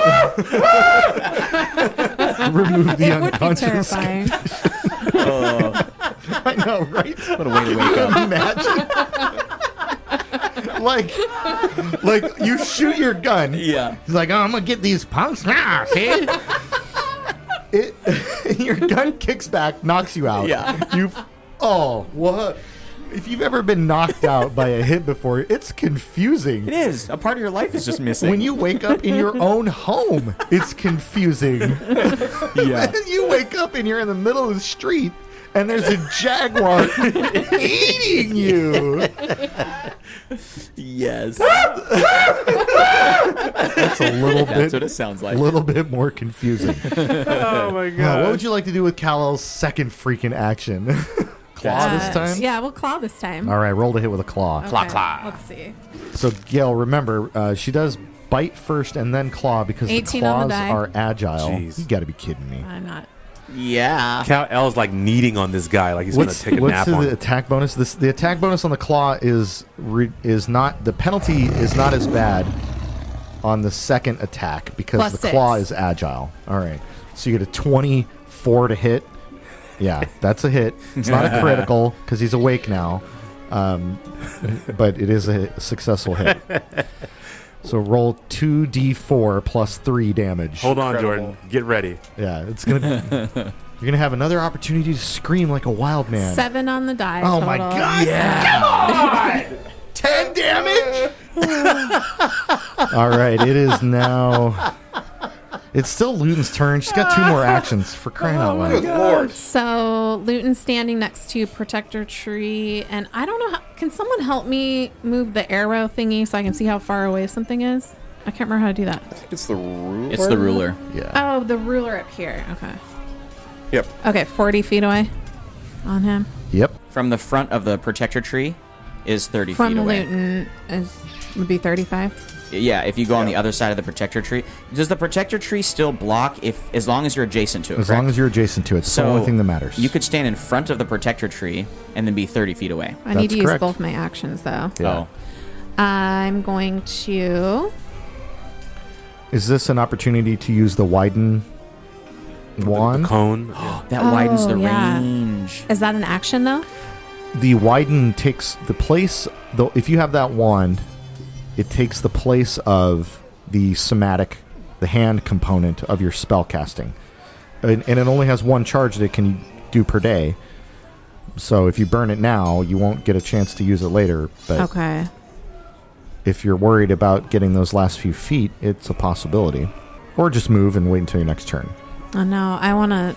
S1: remove the
S5: It would be
S1: unconscious. <laughs>
S5: terrifying.
S1: I know, right?
S4: What a way to
S7: <laughs>
S4: wake up.
S1: Imagine. like, like you shoot your gun.
S4: Yeah.
S1: He's like, oh, I'm gonna get these punks now, see? it, <laughs> your gun kicks back, knocks you out.
S4: Yeah.
S1: You, oh, what? If you've ever been knocked out by a hit before, it's confusing.
S4: It is. A part of your life is just missing.
S1: When you wake up in your own home, it's confusing.
S4: <laughs> yeah.
S1: <laughs> you wake up and you're in the middle of the street, and there's a
S4: <laughs>
S1: jaguar eating you.
S4: <laughs> yes.
S1: That's a little
S4: That's
S1: bit
S4: what it sounds
S1: a
S4: like.
S1: little bit more confusing.
S7: <laughs> Oh my
S1: Now,
S7: god.
S1: what would you like to do with Kal-El's second freaking action? <laughs> Claw this
S5: Uh,
S1: time?
S5: yeah, we'll claw this time.
S1: All right, roll to hit with a claw.
S5: Okay,
S7: claw.
S5: Let's see.
S1: So, Gail, remember, uh, she does bite first and then claw because the
S5: 18 on the
S1: claws
S5: die.
S1: are agile.
S7: Jeez.
S1: You got to be kidding me.
S5: I'm not.
S4: yeah.
S7: Cal L's like kneading on this guy, like he's gonna take a
S1: what's
S7: nap
S1: the
S7: on. him.
S1: attack bonus? This the attack bonus on the claw is re, is not the penalty is not as bad on the second attack because
S5: Plus
S1: the claw
S5: six.
S1: is agile. All right, so you get a twenty-four to hit. Yeah, that's a hit. It's not
S7: <laughs>
S1: a critical because he's awake now, um, but it is a successful hit. So roll two d four plus three damage.
S7: Hold on,
S8: Incredible.
S7: Jordan. Get ready.
S1: Yeah, it's gonna. you're gonna have another opportunity to scream like a wild man.
S5: Seven on the die.
S1: Oh my
S5: total.
S1: god! Come on! Ten damage. <laughs> All right, it is now. It's still Luton's turn. She's got two more actions for crying out
S8: Good
S1: loud.
S8: lord.
S5: So Luton's standing next to Protector Tree, and I don't know. How, can someone help me move the arrow thingy so I can see how far away something is? I can't remember how to do that.
S8: It's the rule.
S4: It's the ruler.
S1: Yeah,
S5: Oh, the ruler up here. Okay.
S8: Yep.
S5: Okay, 40 feet away on him.
S1: yep.
S4: From the front of the protector tree is 30
S5: From
S4: feet away.
S5: Luton is would be 35.
S4: yeah, if you go on the other side of the protector tree, does the protector tree still block if as long as you're adjacent to it?
S1: As long as you're adjacent to it, it's
S4: so
S1: the only thing that matters.
S4: You could stand in front of the protector tree and then be 30 feet away.
S5: I need
S1: That's
S5: to use
S1: correct.
S5: both my actions though.
S1: Yeah.
S4: Oh,
S5: I'm going to.
S1: Is this an opportunity to use the widen wand?
S7: The cone. <gasps>
S4: that widens the
S5: Oh, yeah.
S4: range.
S5: Is that an action though?
S1: the widen takes the place though if you have that wand it takes the place of the somatic the hand component of your spell casting and, and it only has one charge that it can do per day so if you burn it now you won't get a chance to use it later but
S5: Okay.
S1: if you're worried about getting those last few feet it's a possibility or just move and wait until your next turn
S5: Oh no, I want to.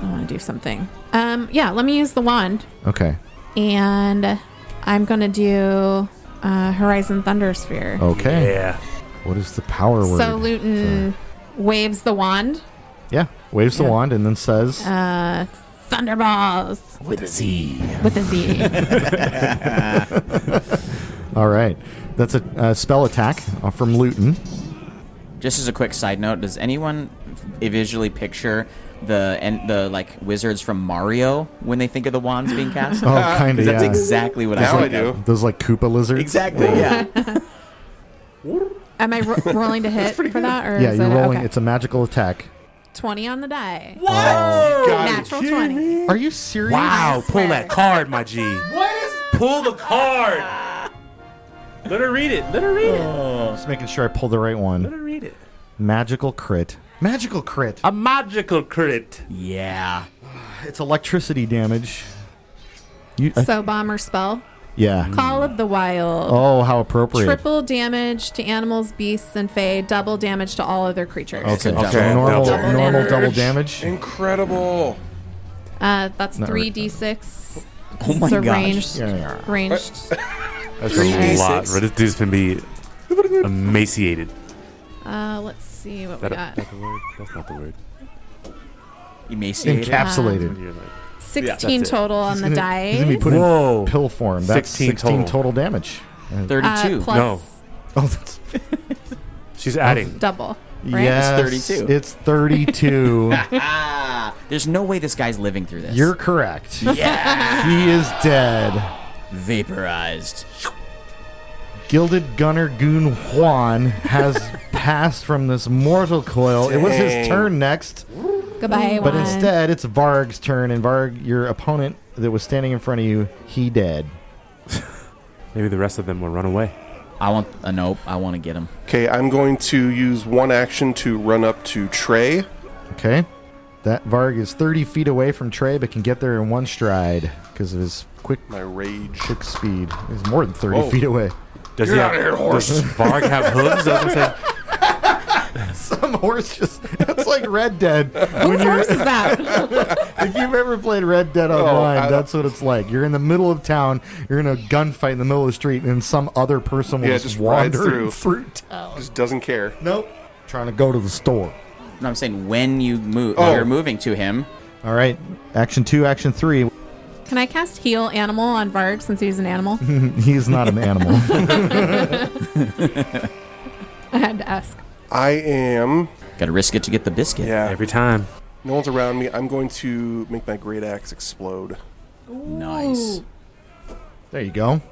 S5: I want to do something. Um, yeah, let me use the wand,
S1: okay
S5: and I'm gonna do uh, Horizon Thunder Sphere.
S1: okay
S7: Yeah.
S1: what is the power Oh, word
S5: so Luton waves the wand.
S1: yeah waves the wand and then says
S5: Uh, thunderballs with a Z. With <laughs> a Z.
S1: All right. That's a uh, spell attack uh, from Luton.
S4: Just as a quick side note, does anyone v- visually picture the and the like wizards from Mario when they think of the wands being <laughs> cast?
S1: Oh, kind of,
S4: 'Cause that's
S1: yeah.
S4: exactly what
S8: Now
S4: I,
S8: I
S4: think of.
S8: do.
S1: Those, like, Koopa lizards.
S4: Exactly. Yeah.
S1: <laughs>
S5: Am I ro- rolling to hit for that, or
S1: Yeah,
S5: is
S1: you're
S5: it
S1: rolling.
S5: okay.
S1: It's a magical attack.
S5: twenty on the die?
S8: God,
S5: Natural twenty.
S1: Are you serious?
S7: Wow,
S5: swear.
S7: pull that card, my G. What is Pull the <laughs> card. Let her read it. Let her read it.
S1: Just making sure I pulled the right
S7: Let
S1: one.
S7: her read it.
S1: Magical crit. Magical crit.
S7: A magical crit.
S4: Yeah.
S1: It's electricity damage. You, I-
S5: So bomber spell,
S1: yeah.
S5: Call of the Wild.
S1: Oh, how appropriate.
S5: Triple damage to animals, beasts, and fae. Double damage to all other creatures.
S1: Okay.
S4: It's a
S1: so
S7: double.
S1: normal,
S7: Double
S1: normal
S5: damage.
S1: double damage.
S8: Incredible.
S5: Uh, that's
S1: Not
S5: three
S1: right.
S5: d six.
S4: Oh my
S5: it's a
S4: gosh.
S5: ranged,
S1: Yeah, yeah.
S5: ranged.
S7: That's
S5: Okay.
S7: a lot. But this dude's gonna be emaciated.
S5: Uh, let's see what we
S7: That,
S5: got.
S7: That's the word. That's not the word.
S4: Emaciated.
S1: Encapsulated.
S7: You're like,
S5: Sixteen
S7: that's it.
S5: total on the
S1: He's gonna-
S5: die.
S1: He's going to be put
S7: Whoa.
S1: in pill form. That's
S7: 16
S1: 16, total
S7: total.
S5: <laughs>
S1: damage.
S5: uh,
S4: 32.
S5: plus
S7: No.
S1: Oh, that's
S7: She's adding.
S5: double. Right?
S1: yes,
S4: 32.
S1: It's 32.
S4: ah, there's no way this guy's living through this.
S1: You're correct. <laughs> Yeah. he is dead.
S4: vaporized.
S1: Gilded Gunner Goon Juan has <laughs> passed from this mortal coil. It was his turn next,
S5: Goodbye.
S1: but
S5: Juan.
S1: instead it's Varg's turn, and Varg, your opponent that was standing in front of you, he dead.
S7: Maybe the rest of them will run away.
S4: I want a nope. I want to get him.
S8: Okay, I'm going to use one action to run up to Trey.
S1: Okay. That Varg is 30 feet away from Trey, but can get there in one stride because of his quick
S8: My rage.
S1: quick speed. He's more than 30
S8: Whoa.
S1: feet away.
S7: Does
S2: Get
S7: he
S2: out
S7: have-
S2: of here, horse.
S7: Does Varg have hooves? Doesn't say.
S1: <laughs> Some horse just, that's like Red Dead.
S5: Whose horse is that? <laughs>
S1: If you've ever played Red Dead Online,
S8: I-
S1: that's what it's like. You're in the middle of town, you're in a gunfight in the middle of the street, and some other person will
S8: Yeah,
S1: just,
S8: just rides
S1: wander <laughs> through.
S8: through.
S1: town.
S8: Just doesn't care.
S1: Nope. Trying to go to the store.
S4: No, I'm saying when you move,
S8: Oh.
S4: you're moving to him.
S1: All right. Action two, action three.
S5: Can I cast heal animal on Varg since he's
S1: <laughs>
S5: an animal?
S1: He's not an animal.
S5: I had to ask.
S8: I am.
S4: Got to risk it to get the biscuit.
S8: Yeah.
S7: Every time.
S8: No one's around me. I'm going to make my great axe explode.
S4: Nice.
S1: there you go.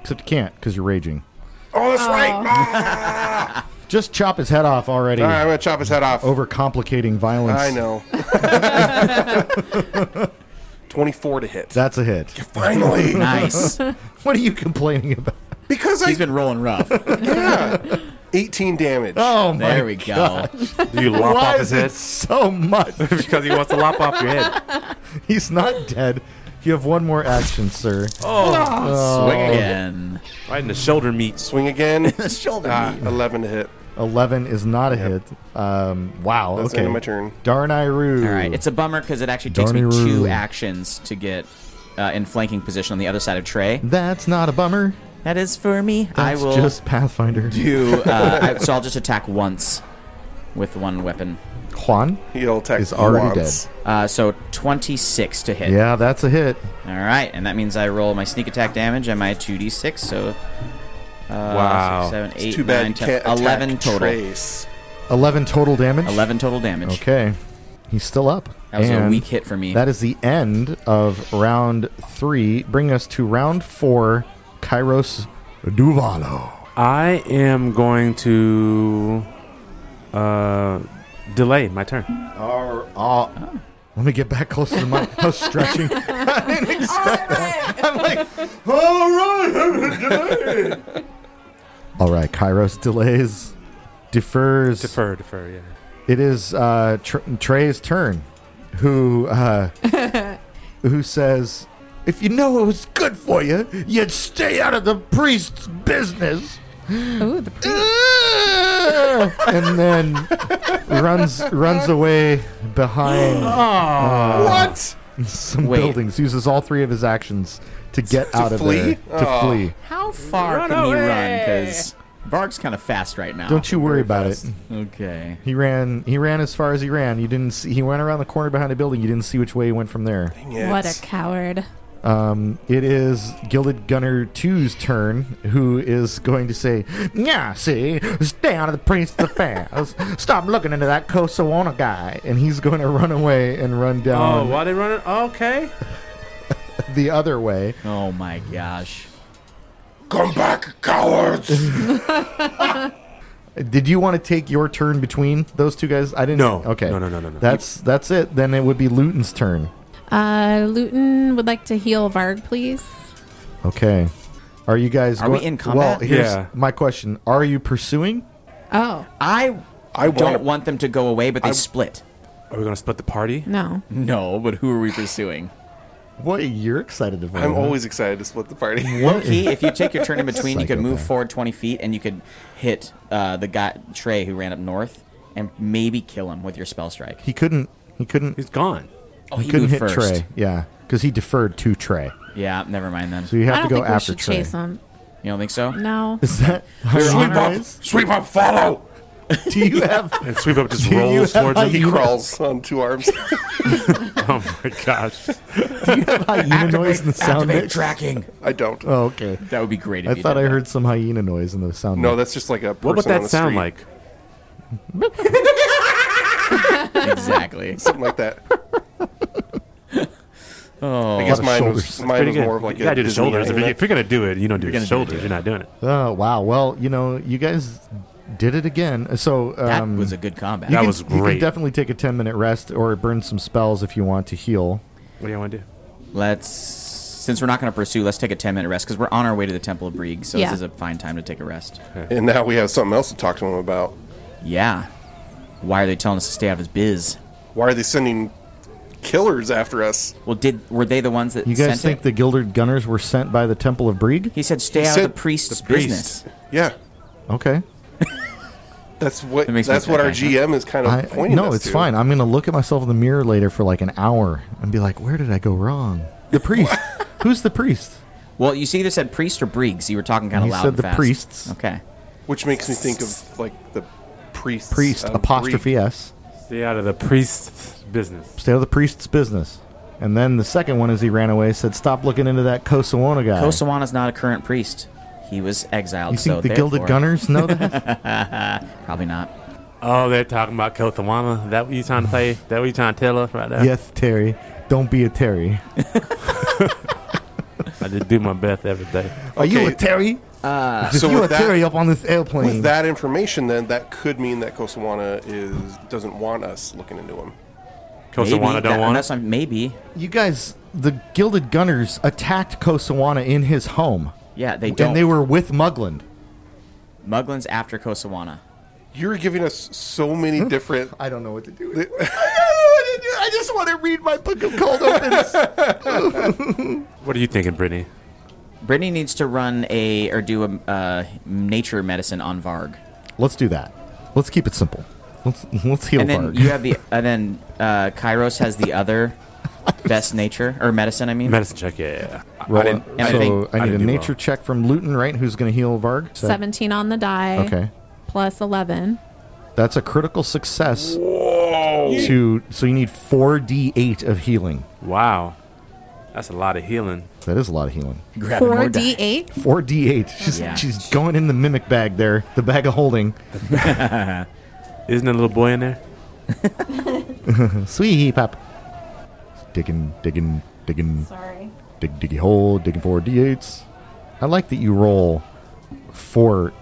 S1: Except you can't because you're raging.
S8: Oh, that's right.
S1: Just chop his head off already.
S8: All right, I'm gonna chop his head off.
S1: Overcomplicating violence.
S8: I know. <laughs> Twenty-four to hit.
S1: That's a hit. <laughs>
S5: <laughs>
S8: Finally,
S4: Nice.
S1: What are you complaining about?
S8: because I
S4: He's been
S1: <laughs>
S4: rolling rough.
S8: eighteen damage.
S1: Oh, my.
S4: There we go.
S7: Do you lop
S1: Why
S7: off his
S1: is
S7: head?
S1: it so much?
S7: because he wants to lop off your head.
S1: He's not dead. You have one more action, sir.
S4: Swing again.
S7: Oh.
S1: Oh.
S7: Right in the shoulder meat.
S8: Swing again.
S4: The shoulder
S8: Ah,
S4: meat.
S8: Eleven to hit.
S1: 11 is not a hit. Um, wow.
S8: That's the
S1: okay.
S8: end of my turn.
S1: Darnayru.
S4: All right. It's a bummer because it actually takes me
S1: Darnayru.
S4: two actions to get uh, in flanking position on the other side of Trey.
S1: That's not a bummer.
S4: That is for me. I
S1: That's
S4: will
S1: just Pathfinder.
S4: do. Uh, I, so I'll just attack once with one weapon.
S1: Juan
S8: He'll attack
S1: is already
S8: once.
S4: Uh, so 26 to hit.
S1: dead. Yeah, that's a hit.
S4: All right, and that means I roll my sneak attack damage and my 2d6. So Uh,
S7: Wow.
S4: Six, seven, eight,
S8: It's too bad
S4: nine,
S8: you
S4: 10,
S8: can't attack
S4: 11 total.
S8: Trace.
S1: 11 total damage.
S4: 11 total damage.
S1: Okay. He's still up.
S4: That was a
S1: And
S4: weak hit for me.
S1: That is the end of round three. Bring us to round four, Kairos Duvalo.
S7: I am going to uh, delay my turn.
S1: uh, Let me get back close to the mic. I was stretching. <laughs>
S5: Alright.
S1: All right, Kairos delays, defers.
S7: Defer, defer, yeah.
S1: It is uh, Tr- Trey's turn, who uh, <laughs> who says, "If you know it was good for you, you'd stay out of the priest's business."
S5: Ooh, the pre-
S1: <laughs> and then runs runs away behind uh, some
S4: Wait.
S1: buildings. Uses all three of his actions to get out of
S8: flee?
S1: there to
S8: Aw.
S1: flee.
S4: How far
S7: Run
S4: can he run?
S7: away.
S4: Because Varg's kind of fast right now.
S1: Don't you worry about it.
S4: Okay.
S1: He ran. He ran as far as he ran. You didn't. See, he went around the corner behind a building. You didn't see which way he went from there.
S8: Yeah,
S5: What
S8: it's-
S5: a coward.
S1: Um, it is Gilded Gunner 2's turn, who is going to say, Yeah, see, stay out of the priest's affairs. Stop looking into that Kosawana guy. And he's going to run away and run
S7: Oh,
S1: down
S7: while they running? Okay.
S1: the other way.
S4: Oh my gosh.
S2: Come back,
S7: <laughs>
S2: cowards!
S1: Did you want to take your turn between those two guys? I didn't.
S7: No.
S1: Okay.
S7: No, no, no, no, no.
S1: That's that's it. Then it would be Luton's turn.
S5: Uh, Luton would like to heal Varg, please.
S1: Okay. Are you guys?
S4: Are we
S1: going-
S4: in combat?
S1: Well, here's
S7: Yeah.
S1: my question: Are you pursuing?
S5: Oh,
S4: I,
S8: I
S4: don't
S8: wanna-
S4: want them to go away, but they split.
S7: Are we going to split the party?
S5: no.
S4: No, but who are we pursuing?
S1: What you're excited about?
S8: I'm always excited to split
S1: <laughs>
S8: the party.
S1: What?
S4: Key, if you take your
S1: <laughs>
S4: turn in between, you could move
S1: Psychopath.
S4: forward 20 feet and you could hit uh, the guy, Trey, who ran up north, and maybe kill him with your spell strike.
S1: He couldn't. He couldn't.
S7: He's gone.
S4: Oh,
S1: He couldn't hit Trey. Yeah, because he deferred to Trey.
S4: Yeah, never mind then.
S1: So you
S5: I
S1: have
S5: don't
S1: to go
S5: think we
S1: after
S5: should
S1: Trey.
S5: chase him.
S4: You don't think so?
S5: No.
S1: <laughs> Is that
S2: sweep up!
S1: Honorize?
S2: Sweep up, follow!
S1: <laughs> Do you have?
S7: And sweep up just
S1: Do you
S7: rolls
S1: have
S7: towards
S1: a-
S7: him.
S8: he crawls on
S1: <laughs>
S8: two arms.
S7: <laughs> Oh my gosh.
S1: hyena noise in the sound mix?
S4: tracking.
S8: I don't.
S1: <laughs> Oh, okay.
S4: That would be great. If
S1: I
S4: you
S1: thought
S4: did
S1: I
S4: that.
S1: heard some hyena noise in the sound.
S8: No,
S1: mix.
S8: that's just like a. Person
S7: What would
S8: on
S7: that
S8: the
S7: sound
S8: street.
S7: like?
S1: <laughs>
S4: exactly.
S8: Something
S7: <laughs>
S8: like that.
S4: Oh,
S8: I guess
S1: of
S8: mine
S1: shoulders.
S8: was, mine
S7: Pretty
S8: was
S7: good.
S8: more of like
S7: you gotta
S8: a
S7: do the
S8: Disney
S7: shoulders. If,
S8: anime.
S7: you, if you're gonna do it, you don't do
S4: gonna
S7: the
S4: do it,
S7: shoulders.
S4: yeah.
S7: You're not doing it.
S1: Oh wow. Well, you know, you guys did it again. So um,
S4: that was a good combat.
S1: you
S7: That
S1: can-
S7: was
S1: You can
S7: great.
S1: definitely take a ten minute rest or burn some spells if you want to heal.
S7: What do you want to do?
S4: Let's, since we're not going to pursue, let's take a 10 minute rest because we're on our way to the Temple of Brieg, so
S5: Yeah.
S4: this is a fine time to take a rest.
S8: And now we have something else to talk to him about.
S4: Yeah. Why are they telling us to stay out of his biz?
S8: Why are they sending killers after us?
S4: Well, did were they the ones that
S1: You guys
S4: sent
S1: think
S4: it?
S1: the Gilded Gunners were sent by the Temple of Breed?
S4: He said, "Stay
S8: He
S4: out
S8: said
S4: of the priest's
S7: the priest.
S4: business."
S8: Yeah,
S1: Okay.
S8: that's what
S4: That makes me
S8: that's what our
S4: think, huh?
S8: GM is kind of
S1: I,
S8: pointing.
S1: no,
S8: us
S1: it's
S8: to.
S1: fine. I'm going to look at myself in the mirror later for like an hour and be like, where did I go wrong? The priest. Who's the priest?
S4: Well, you see, either said priest or Briggs. You were talking kind of
S1: He
S4: loud.
S1: said
S4: and
S1: the
S4: fast.
S1: priests.
S4: Okay.
S8: Which makes me think of like the priest.
S1: Priest, apostrophe S.
S7: Stay out of the priest's business.
S1: Stay out of the priest's business. And then the second one, as he ran away, said, stop looking into that Kosawana guy.
S4: Kosawana's not a current priest. He was exiled.
S1: you
S4: so
S1: think the Gilded
S4: therefore-
S1: Gunners know
S8: <laughs>
S1: that?
S4: Probably not.
S7: Oh, they're talking about Kothawana. That what you trying to play? That what you trying to tell us right there?
S1: yes, Terry. Don't be a Terry.
S7: I just do my best every day.
S1: Are you a
S8: Okay.
S1: Terry? if
S8: Uh, so
S1: you
S8: with
S1: a
S8: that-
S1: Terry up on this airplane.
S8: With that information, then that could mean that Kosawana is doesn't want us looking into him.
S4: Maybe.
S7: Kothawana
S4: That-
S7: don't want
S4: that's
S7: it.
S4: not- maybe.
S1: you guys, the Gilded Gunners attacked Kosawana in his home.
S4: Yeah, they don't.
S1: And they were with Mugland.
S4: Muglin's after Kosawana.
S8: You're giving us so many different.
S1: I don't know what to do. <laughs> I, don't know what to do. I just want to read my book of cold opens.
S7: What are you thinking, Brittany?
S4: Brittany needs to run a or do a uh, nature medicine on Varg,
S1: <laughs> Let's do that. Let's keep it simple. Let's let's heal
S4: and then
S1: Varg.
S4: you have the and then uh, Kairos has the
S1: <laughs>
S4: other best nature or medicine. I mean,
S7: Medicine check, yeah. I-
S1: Roll
S7: I didn't.
S1: up.
S4: and I
S1: so I,
S4: think-
S7: I
S1: need a
S7: didn't do
S1: nature
S7: well.
S1: check from Luton, right? Who's going to heal Varg? So-
S5: 17 on the die.
S1: Okay,
S5: Plus 11.
S1: that's a critical success. To so you need four d8 of healing.
S7: Wow. That's a lot of healing.
S1: That is a lot of healing.
S4: Grabbing more
S5: Four
S4: di-
S5: D eight.
S1: Four D eight. She's
S4: Yeah.
S1: she's going in the mimic bag there, the bag of holding.
S7: Isn't a little boy in there?
S1: Sweet pop. Digging, digging, digging,
S9: Sorry.
S1: dig, diggy hole, digging four D eights. I like that you roll four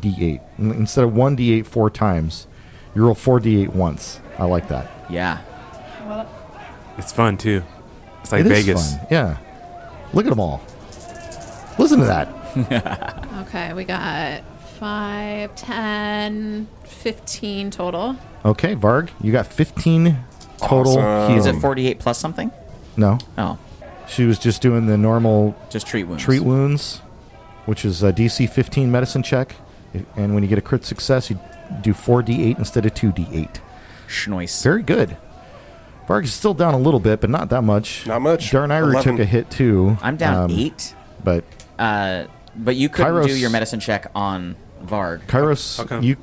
S1: D eight instead of one D eight four times. You roll four D eight once. I like that.
S4: Yeah.
S7: It's fun too. It's like
S1: It is
S7: Vegas.
S1: fun. Yeah. Look at them all. Listen to that.
S5: Okay, we got five, ten, fifteen total.
S1: Okay, Varg, you got 15 total
S8: Awesome.
S4: Is
S1: healing.
S4: it 48 plus something?
S1: no.
S4: Oh,
S1: She was just doing the normal
S4: just treat wounds.
S1: treat wounds, which is a DC 15 medicine check. And when you get a crit success, you do 4d8 instead of 2d8.
S4: Schnoice.
S1: Very good. Varg is still down a little bit, but not that much.
S8: Not much.
S1: Darn Iru took
S8: 11.
S1: a hit too.
S4: I'm down
S1: um,
S4: eight,
S1: But
S4: uh, but you couldn't do
S1: Kairos-
S4: your medicine check on Varg
S1: Kairos,
S7: Okay.
S1: you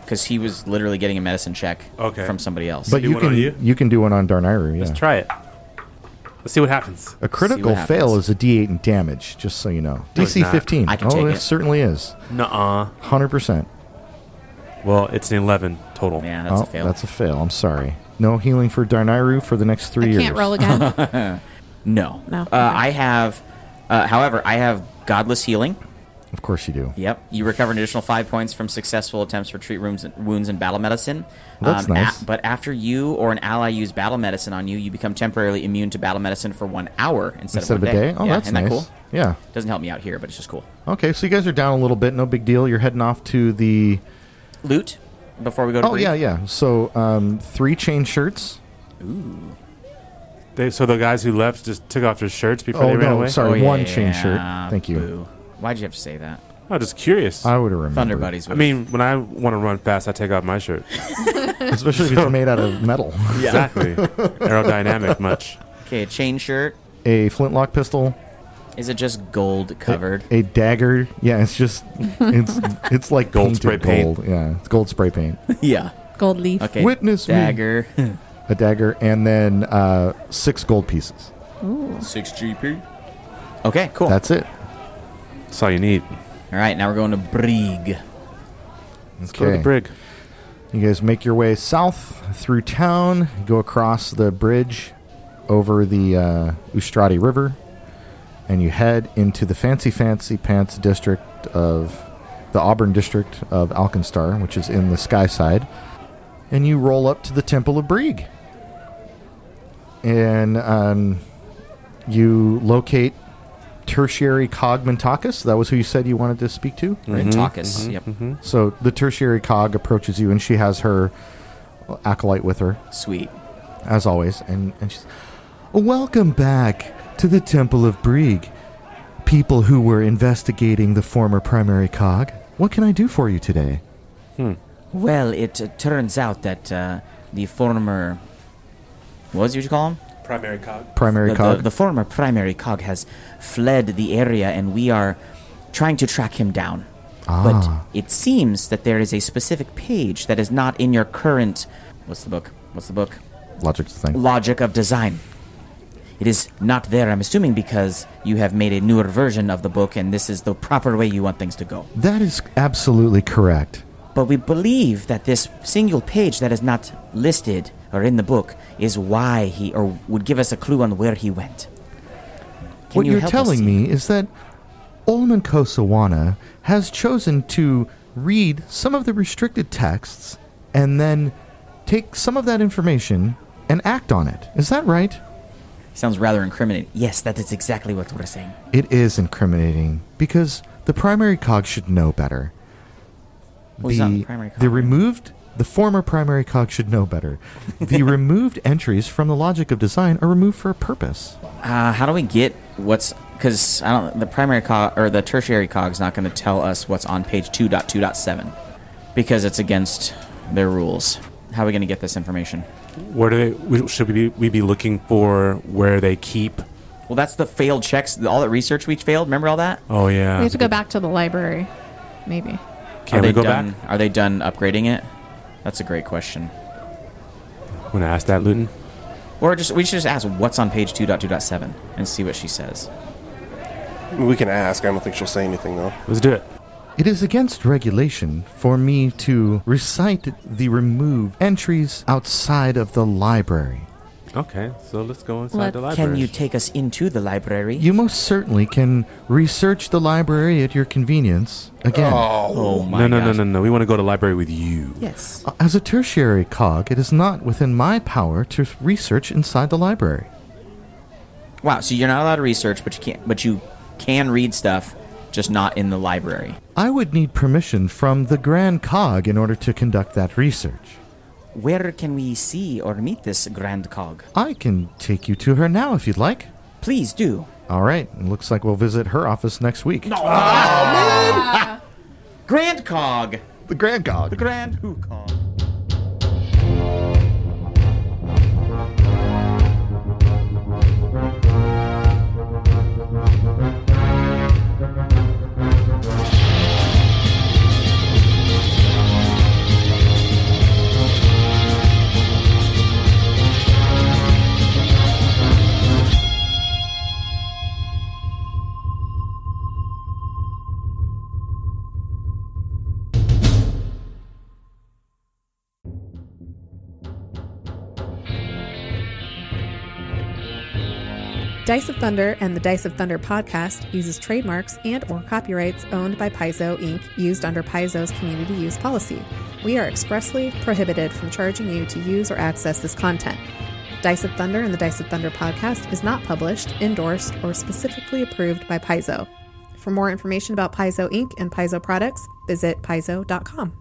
S4: because he was literally getting a medicine check
S7: Okay.
S4: from somebody else.
S1: but
S7: do
S1: you
S7: one on
S1: can
S7: you?
S1: you? can do one on Darn Iru. Yeah.
S7: Let's try it. Let's see what happens.
S1: A critical fail
S4: happens.
S1: is a D8 in damage, just so you know.
S7: No, it's
S1: DC
S7: not.
S1: 15.
S4: I can
S1: oh,
S4: take
S1: it
S4: it.
S1: certainly is.
S7: Nuh-uh.
S1: 100%.
S7: Well, it's an 11 total.
S4: yeah, that's
S1: That's
S4: a
S1: oh,
S4: fail.
S1: that's a fail. I'm sorry. No healing for Darnayru for the next three
S5: I
S1: years.
S5: can't
S1: <laughs>
S5: roll again.
S4: no,
S5: No.
S4: Uh, I have, uh, however, I have godless healing.
S1: Of course you do.
S4: Yep, you recover an additional five points from successful attempts for treat wounds wounds in battle medicine. Um,
S1: That's
S4: a-
S1: nice.
S4: but after you or an ally use battle medicine on you, you become temporarily immune to battle medicine for one hour instead,
S1: Instead
S4: of
S1: of a
S4: one
S1: day? Oh,
S4: yeah,
S1: that's
S4: isn't
S1: nice.
S4: that cool?
S1: Yeah.
S4: Doesn't help me out here, but it's just cool.
S1: Okay, so you guys are down a little bit. No big deal. You're heading off to the.
S4: Loot before we go to
S1: Oh,
S4: break?
S1: yeah, yeah. So um, three chain shirts.
S7: They, so the guys who left just took off their shirts before
S1: Oh,
S7: they ran
S1: no.
S7: away?
S1: Sorry,
S4: yeah,
S1: one chain shirt.
S4: yeah,
S1: Thank you.
S4: boo. Why'd you have to say that?
S7: I'm just curious.
S1: I would have remembered.
S4: Thunder buddies.
S7: I
S4: would've-
S7: mean, when I want to run fast, I take off my <laughs> shirt.
S1: <laughs> Especially if it's made out of metal.
S7: Exactly. Aerodynamic much.
S4: okay, a chain shirt.
S1: A flintlock pistol.
S4: Is it just gold
S7: <laughs>
S4: covered?
S1: A dagger. Yeah, it's just. It's it's like
S7: Gold
S1: painted
S7: spray paint.
S1: gold. Yeah, it's gold spray paint.
S4: yeah.
S5: Gold leaf.
S4: Okay.
S1: Witness me.
S4: dagger. <laughs>
S1: a dagger, and then uh, six gold pieces.
S4: Six GP. Okay, cool.
S1: That's it.
S7: That's all you need.
S4: All right, now we're going to Brig.
S7: Go to the brig.
S1: You guys make your way south through town, go across the bridge over the uh, Ustrati River, and you head into the fancy, fancy pants district of the Auburn district of Alkenstar, which is in the Skyside, and you roll up to the Temple of Brieg. And um, you locate tertiary Cogmentakis. That was who you said you wanted to speak to?
S4: We're in Takas.
S1: mm-hmm,
S4: yep.
S1: So the tertiary cog approaches you, and she has her acolyte with her,
S4: Sweet.
S1: as always. And, and she's, Welcome back to the Temple of Brieg. People who were investigating the former primary cog, what can I do for you today?
S4: Well, it uh, turns out that uh, the former. What was you call him?
S7: Primary cog.
S1: Primary
S4: The, the,
S1: cog?
S4: the former primary cog has fled the area, and we are trying to track him down.
S1: Ah.
S4: But it seems that there is a specific page that is not in your current. What's the book? What's the book?
S1: Logic's the thing.
S4: Logic of design. It is not there, I'm assuming, because you have made a newer version of the book, and this is the proper way you want things to go.
S1: That is absolutely correct.
S4: But we believe that this single page that is not listed or in the book is why he, or would give us a clue on where he went. Can
S1: what
S4: you
S1: you're
S4: help us
S1: telling
S4: here?
S1: me is that Olman Kosawana has chosen to read some of the restricted texts and then take some of that information and act on it. Is that right?
S4: Sounds rather incriminating. Yes, that is exactly what we're saying.
S1: It is incriminating because the primary cog should know better.
S4: Well, he's not the primary cog.
S1: the removed the former primary cog should know
S4: <laughs>
S1: better. The removed entries from the logic of design are removed for a purpose.
S4: Uh, how do we get what's because I don't the primary cog or the tertiary cog is not going to tell us what's on page 2.2.7 because it's against their rules. How are we going to get this information?
S7: Where do they? we- Should we be, we be looking for where they keep?
S4: Well, that's the failed checks, all that research we failed. Remember all that?
S7: Oh yeah.
S5: We have to go back to the library, maybe.
S7: Can
S4: are they
S7: we go
S4: done,
S7: back?
S4: Are they done upgrading it? That's a great question.
S7: Want to ask that, Luton?
S4: Or just we should just ask what's on page 2.2.7 and see what she says.
S8: We can ask. I don't think she'll say anything though.
S7: Let's do it.
S1: It is against regulation for me to recite the removed entries outside of the library.
S7: Okay, so let's go inside
S5: Let-
S7: the library.
S4: take us into the library?
S1: You most certainly can research the library at your convenience. Again,
S4: oh my
S7: no, no, no,
S4: gosh.
S7: no, no. We want to go to the library with you.
S4: Yes.
S1: as a tertiary cog, it is not within my power to research inside the library.
S4: Wow, so you're not allowed to research, but you can't but you can read stuff, just not in the library.
S1: I would need permission from the Grand Cog in order to conduct that research.
S4: Where can we see or meet this grand cog?
S1: I can take you to her now if you'd like.
S4: Please do.
S1: All right, it looks like we'll visit her office next week.
S4: Grand cog.
S1: The Grand Cog.
S4: Grand who cog.
S5: Dice of Thunder and the Dice of Thunder podcast uses trademarks and or copyrights owned by Paizo Inc. used under Paizo's community use policy. We are expressly prohibited from charging you to use or access this content. Dice of Thunder and the Dice of Thunder podcast is not published, endorsed, or specifically approved by Paizo. For more information about Paizo Inc. and Paizo products, visit paizo.com.